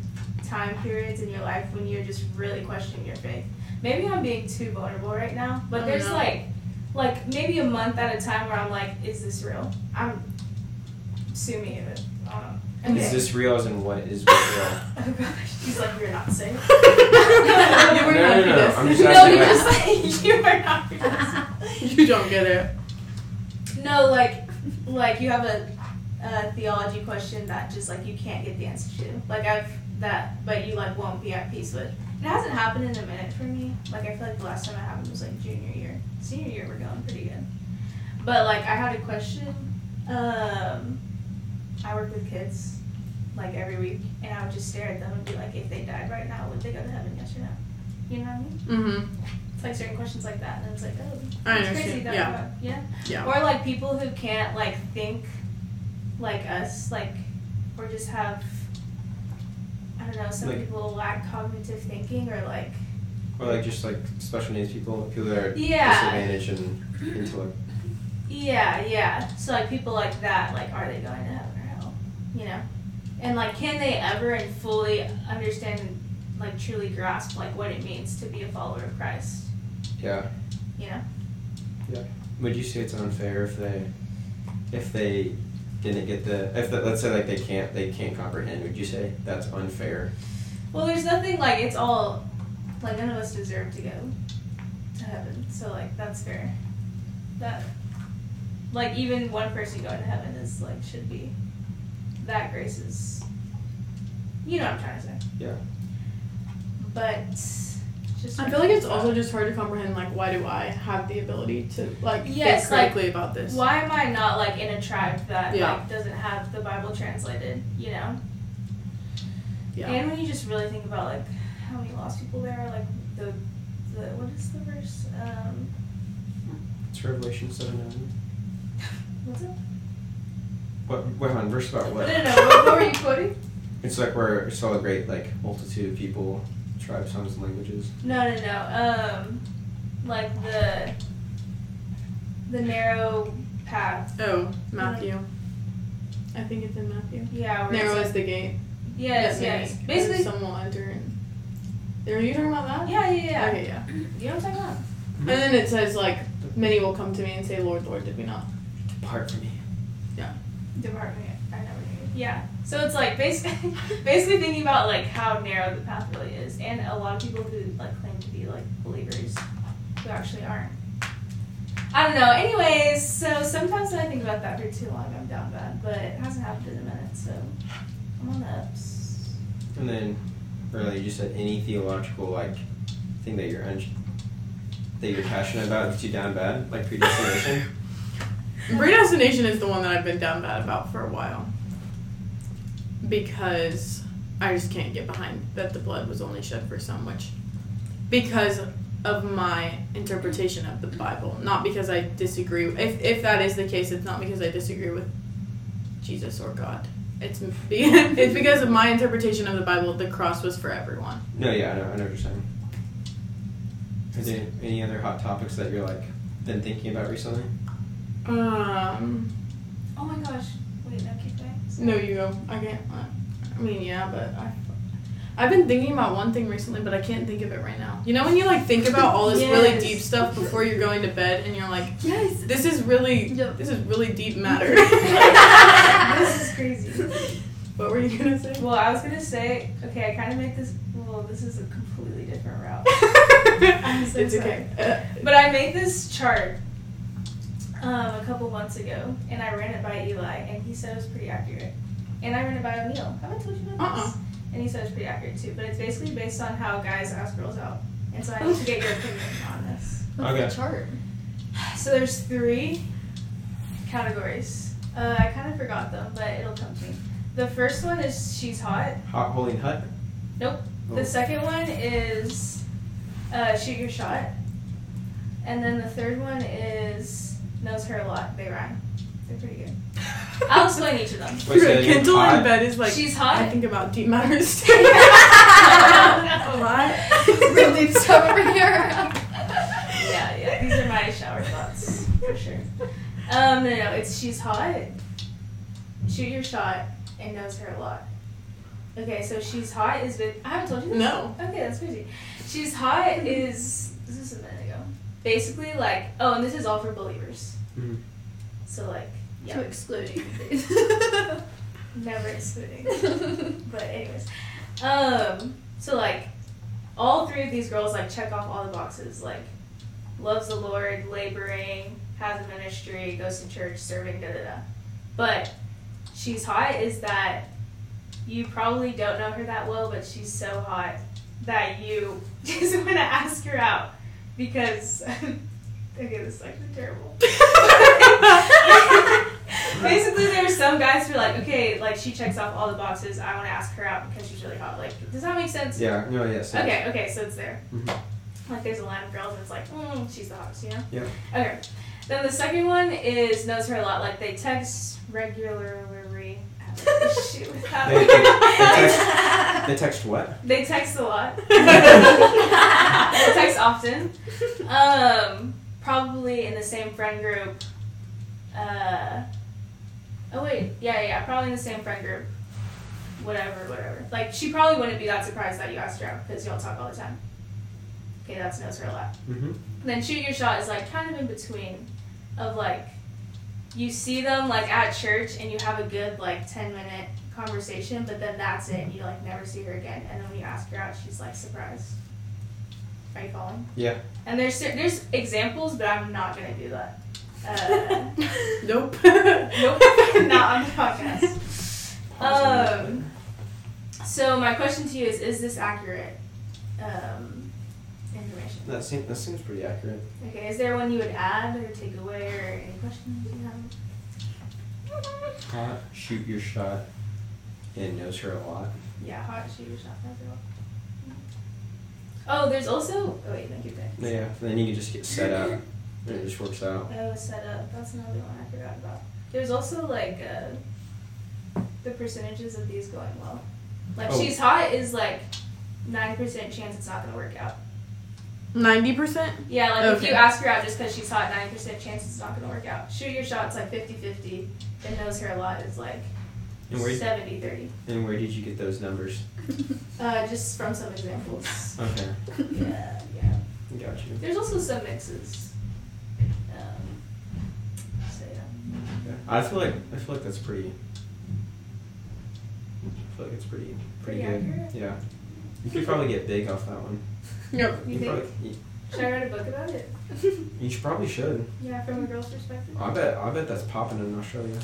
Speaker 2: time periods in your life when you're just really questioning your faith. Maybe I'm being too vulnerable right now, but
Speaker 1: Oh,
Speaker 2: there's
Speaker 1: no.
Speaker 2: like, like maybe a month at a time where I'm like, is this real? I'm sue me if it. I don't know.
Speaker 3: Is this real? As in what is real?
Speaker 2: Oh gosh, he's like, you're not safe.
Speaker 1: you were
Speaker 3: no,
Speaker 1: not
Speaker 3: no, no,
Speaker 1: this.
Speaker 3: I'm just
Speaker 5: No,
Speaker 3: asking. like,
Speaker 5: you just-
Speaker 2: you are not. This.
Speaker 1: You don't get it.
Speaker 2: No, like, like you have a, a theology question that just like you can't get the answer to. Like I've that, but you like won't be at peace with. It hasn't happened in a minute for me. Like I feel like the last time it happened was like junior year. Senior year, we're going pretty good. But like I had a question. Um, I work with kids like every week, and I would just stare at them and be like, if they died right now, would they go to heaven? Yes or no? You know what I mean?
Speaker 1: Mm-hmm.
Speaker 2: It's like certain questions like that, and it's like, oh,
Speaker 1: I
Speaker 2: it's
Speaker 1: understand.
Speaker 2: crazy that
Speaker 1: Yeah.
Speaker 2: uh, yeah.
Speaker 1: Yeah.
Speaker 2: Or like people who can't like think like us, like or just have I don't know, some
Speaker 3: Like-
Speaker 2: people lack cognitive thinking or like
Speaker 3: or like just like special needs people, people that are
Speaker 2: Yeah.
Speaker 3: disadvantaged and intellect.
Speaker 2: Yeah, yeah. So like people like that, like are they going to heaven or hell? You know? And like can they ever and fully understand and like truly grasp like what it means to be a follower of Christ?
Speaker 3: Yeah.
Speaker 2: You know?
Speaker 3: Would you say it's unfair if they, if they didn't get the if the, let's say like they can't they can't comprehend? Would you say that's unfair?
Speaker 2: Well, there's nothing like it's all like none of us deserve to go to heaven, so like that's fair. That like even one person going to heaven is like should be that grace is you know what I'm trying to say.
Speaker 3: Yeah.
Speaker 2: But just
Speaker 1: I feel like it's also just hard to comprehend. Like, why do I have the ability to like
Speaker 2: Yes,
Speaker 1: think
Speaker 2: like,
Speaker 1: critically about this?
Speaker 2: why am I not like in a tribe that
Speaker 1: Yeah.
Speaker 2: like doesn't have the Bible translated, you know?
Speaker 1: Yeah.
Speaker 2: And when you just really think about like how many lost people there are, like the the what is the verse? Um
Speaker 3: It's Revelation seven nine.
Speaker 2: what's it?
Speaker 3: What wait on verse about
Speaker 2: No,
Speaker 3: what?
Speaker 2: no, no. What, what were you quoting?
Speaker 3: It's like where it's all a great like multitude of people, tribes, tongues, and languages.
Speaker 2: No, no, no. Um, like the the narrow path.
Speaker 1: oh, Matthew. I think it's in Matthew.
Speaker 2: Yeah. Where
Speaker 1: Narrow
Speaker 2: it's
Speaker 1: is the gate.
Speaker 2: like- yes,
Speaker 1: that
Speaker 2: yes.
Speaker 1: many, and
Speaker 2: Basically.
Speaker 1: some will enter. And... Are you talking about that?
Speaker 2: Yeah, yeah, yeah.
Speaker 1: Okay, yeah.
Speaker 2: You know what I'm talking about?
Speaker 1: And then it says like, many will come to me and say, Lord, Lord, did we not?
Speaker 3: Depart from me.
Speaker 2: Department. I never knew. Yeah. So it's like basically, basically thinking about like how narrow the path really is, and a lot of people who like claim to be like believers who actually aren't. I don't know. Anyways, so sometimes when I think about that for too long, I'm down bad, but it hasn't happened in a minute, so I'm on the ups.
Speaker 3: And then earlier you said any theological like thing that you're un- that you're passionate about that's you down bad, like predestination.
Speaker 1: Predestination is the one that I've been down bad about for a while. Because I just can't get behind that the blood was only shed for so much. Because of my interpretation of the Bible. Not because I disagree. If, if that is the case, it's not because I disagree with Jesus or God. It's, be, it's because of my interpretation of the Bible, the cross was for everyone.
Speaker 3: no, yeah, I know, I know what you're saying. Is there any other hot topics that you're like been thinking about recently?
Speaker 1: Um,
Speaker 2: Oh my gosh. Wait, no, keep going.
Speaker 1: No, you go. I can't. I mean, yeah, but I. I've been thinking about one thing recently, but I can't think of it right now. You know when you like think about all this really
Speaker 2: Yes.
Speaker 1: deep stuff before you're going to bed, and you're like,
Speaker 5: Yes.
Speaker 1: "This is really,
Speaker 5: Yep.
Speaker 1: this is really deep matter."
Speaker 2: this is crazy.
Speaker 1: what were you gonna say?
Speaker 2: Well, I was gonna say, okay, I kind of make this. Well, this is a completely different route. I'm so
Speaker 1: it's
Speaker 2: sorry.
Speaker 1: okay. Uh,
Speaker 2: But I made this chart um, a couple months ago, and I ran it by Eli, and he said it was pretty accurate. And I ran it by O'Neill. Have I told you about this?
Speaker 1: Uh-uh.
Speaker 2: And he said it's pretty accurate too. But it's basically based on how guys ask girls out, and so I need to get your opinion on this.
Speaker 5: What's
Speaker 3: Okay.
Speaker 5: the chart?
Speaker 2: So there's three categories. Uh, I kind of forgot them, but it'll come to me. The first one is she's hot.
Speaker 3: Hot holding hut.
Speaker 2: Nope.
Speaker 3: Oh.
Speaker 2: The second one is uh, shoot your shot. And then the third one is knows her a lot. They rhyme. They're pretty good. I'll explain each of them.
Speaker 3: Wait, say that again.
Speaker 1: Kindle in
Speaker 3: Hot-
Speaker 1: bed is like.
Speaker 2: she's
Speaker 1: I
Speaker 2: hot.
Speaker 1: think about deep matter a lot.
Speaker 5: Real deep stuff over here.
Speaker 2: yeah, yeah. These are my shower thoughts for sure. Um, no, no, it's she's hot. Shoot your shot and knows her a lot. Okay, so she's hot is been. I haven't told you this.
Speaker 1: No.
Speaker 2: Okay, that's crazy. She's hot is. This is a minute ago. Basically, like oh, and this is all for believers.
Speaker 3: Mhm.
Speaker 2: So like
Speaker 4: To
Speaker 2: yeah,
Speaker 4: excluding.
Speaker 2: never excluding. but anyways, um, so like all three of these girls like check off all the boxes. Like loves the Lord, laboring, has a ministry, goes to church, serving, da da da. But she's hot is that you probably don't know her that well, but she's so hot that you just want to ask her out because okay, this is actually terrible. Basically, there are some guys who are like, okay, like she checks off all the boxes. I want to ask her out because she's really hot. Like, does that make sense?
Speaker 3: Yeah. No. Yes. yes.
Speaker 2: Okay, okay, so it's there.
Speaker 3: Mhm.
Speaker 2: Like there's a line of girls and it's like, mm, she's the hottest, you know?
Speaker 3: Yeah.
Speaker 2: Okay. Then the second one is knows her a lot. Like they text regularly. Shoot with that
Speaker 3: They,
Speaker 2: word.
Speaker 3: they, text, they text what? Mm-hmm.
Speaker 2: They text a lot. they text often. Um, probably in the same friend group. Uh, oh wait, yeah, yeah, yeah, probably in the same friend group. Whatever, whatever. Like she probably wouldn't be that surprised that you asked her out because y'all talk all the time. Okay, that's knows her a lot.
Speaker 3: Mm-hmm.
Speaker 2: And then shoot your shot is like kind of in between of like you see them like at church and you have a good like 10 minute conversation but then that's it and you like never see her again and then when you ask her out she's like surprised are you following
Speaker 3: Yeah.
Speaker 2: and there's cer- there's examples but i'm not gonna do that uh,
Speaker 1: Nope.
Speaker 2: nope not on the podcast um so my question to you is is this accurate um information
Speaker 3: That seems that seems pretty accurate.
Speaker 2: Okay, is there one you would add or take away or any questions you have?
Speaker 3: Hot, shoot your shot. It knows her a lot.
Speaker 2: Yeah, hot shoot your shot as well. Oh, there's also. Oh, wait, thank you, guys.
Speaker 3: Yeah. Then you can just get set up. and it just works out.
Speaker 2: Oh, set up. That's another one I forgot about. There's also like uh, the percentages of these going well. Like,
Speaker 3: Oh.
Speaker 2: she's hot is like 9% chance it's not going to work out.
Speaker 1: Ninety percent.
Speaker 2: Yeah, like if
Speaker 1: Okay.
Speaker 2: you ask her out just because she's hot, 9% chance it's not going to work out. Shoot your shots like 50 50. It knows her a lot is like
Speaker 3: And where
Speaker 2: 70 30.
Speaker 3: and where did you get those numbers?
Speaker 2: Uh, just from some examples.
Speaker 3: Okay.
Speaker 2: yeah, yeah.
Speaker 3: Got you.
Speaker 2: There's also some mixes. Um, so yeah.
Speaker 3: Yeah. I feel like I feel like that's pretty. I feel like it's pretty pretty
Speaker 2: Pretty
Speaker 3: good.
Speaker 2: accurate?
Speaker 3: Yeah. You could probably get big off that one.
Speaker 1: Nope.
Speaker 2: You think?
Speaker 3: probably, you,
Speaker 2: Should I write a book about it?
Speaker 3: you should probably should.
Speaker 2: Yeah, from a girl's perspective.
Speaker 3: I bet I bet that's popping in Australia.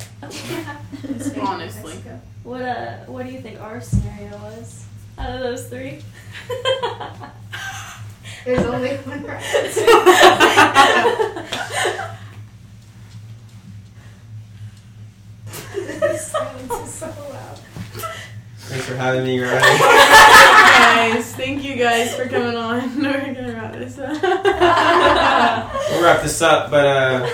Speaker 2: In Spain,
Speaker 1: Honestly.
Speaker 2: Mexico.
Speaker 5: What uh, what do you think our scenario was out of those three?
Speaker 2: There's only one right. Silence is so loud.
Speaker 3: Thanks for having me, Ryan.
Speaker 1: guys, thank you guys for coming on. We're gonna wrap this up.
Speaker 3: we'll wrap this up, but uh,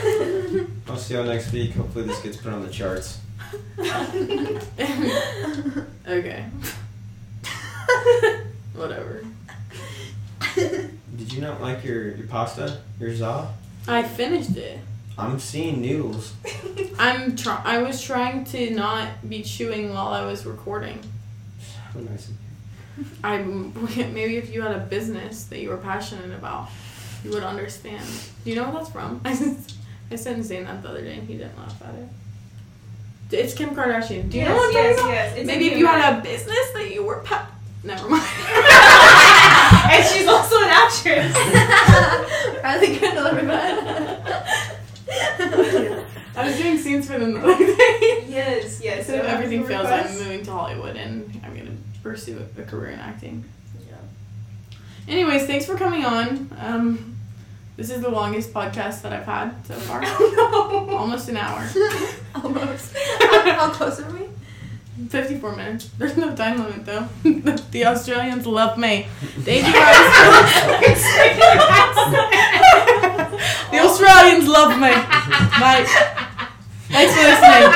Speaker 3: I'll see y'all next week. Hopefully this gets put on the charts.
Speaker 1: okay. Whatever.
Speaker 3: Did you not like your, your pasta, your za?
Speaker 1: I finished it.
Speaker 3: I'm seeing noodles.
Speaker 1: I'm try- I was trying to not be chewing while I was recording.
Speaker 3: How nice. of you.
Speaker 1: I maybe if you had a business that you were passionate about, you would understand. Do you know what that's from? I s- I sent Zane that the other day and he didn't laugh at it. It's Kim Kardashian. Do you know
Speaker 2: Yes,
Speaker 1: what I'm talking
Speaker 2: yes,
Speaker 1: about?
Speaker 2: yes. It's
Speaker 1: Maybe
Speaker 2: in
Speaker 1: if you
Speaker 2: the-
Speaker 1: had a business that you were pa- never mind.
Speaker 2: and she's also an actress.
Speaker 4: Riley couldn't learn that.
Speaker 1: I was doing scenes for them the other day.
Speaker 2: yes, yes.
Speaker 1: so if everything fails, I'm
Speaker 2: Request.
Speaker 1: moving to Hollywood and I'm gonna pursue a career in acting. Anyways, thanks for coming on. Um, this is the longest podcast that I've had so far. Almost an hour.
Speaker 4: Almost. How, how close are we?
Speaker 1: 54 minutes. There's no time limit though. the Australians love me. Thank you guys. the Australians love me. Mate. Thanks for listening.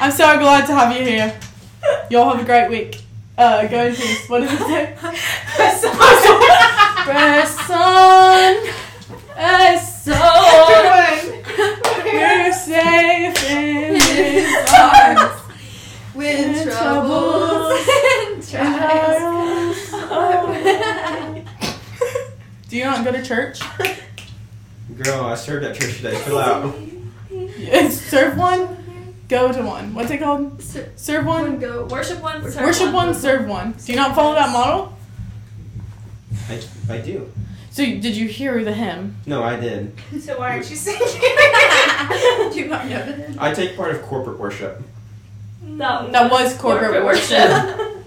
Speaker 1: I'm so glad to have you here. Y'all have a great week. Uh, go in peace. What does it say? Press on. Press on. Press on. We're safe in his arms
Speaker 4: With
Speaker 1: troubles.
Speaker 4: troubles.
Speaker 1: Oh. Do you not go to church?
Speaker 3: Girl, I served at church today. Fill out.
Speaker 1: It's serve one, go to one. What's it called?
Speaker 5: Ser-
Speaker 1: Serve
Speaker 5: One
Speaker 1: one,
Speaker 5: go worship one. serve
Speaker 1: worship one, serve one. Do you not follow that model?
Speaker 3: I, I do.
Speaker 1: So you- did you hear the hymn?
Speaker 3: No, I did.
Speaker 2: So why aren't you singing? Do you not know that?
Speaker 3: I take part of corporate worship.
Speaker 5: No.
Speaker 1: That was corporate,
Speaker 5: Corporate
Speaker 1: worship.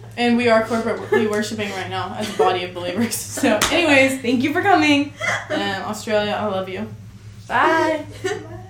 Speaker 1: and we are corporately worshiping right now as a body of believers. So, anyways, thank you for coming. Um, Australia, I love you. Bye.
Speaker 2: Bye.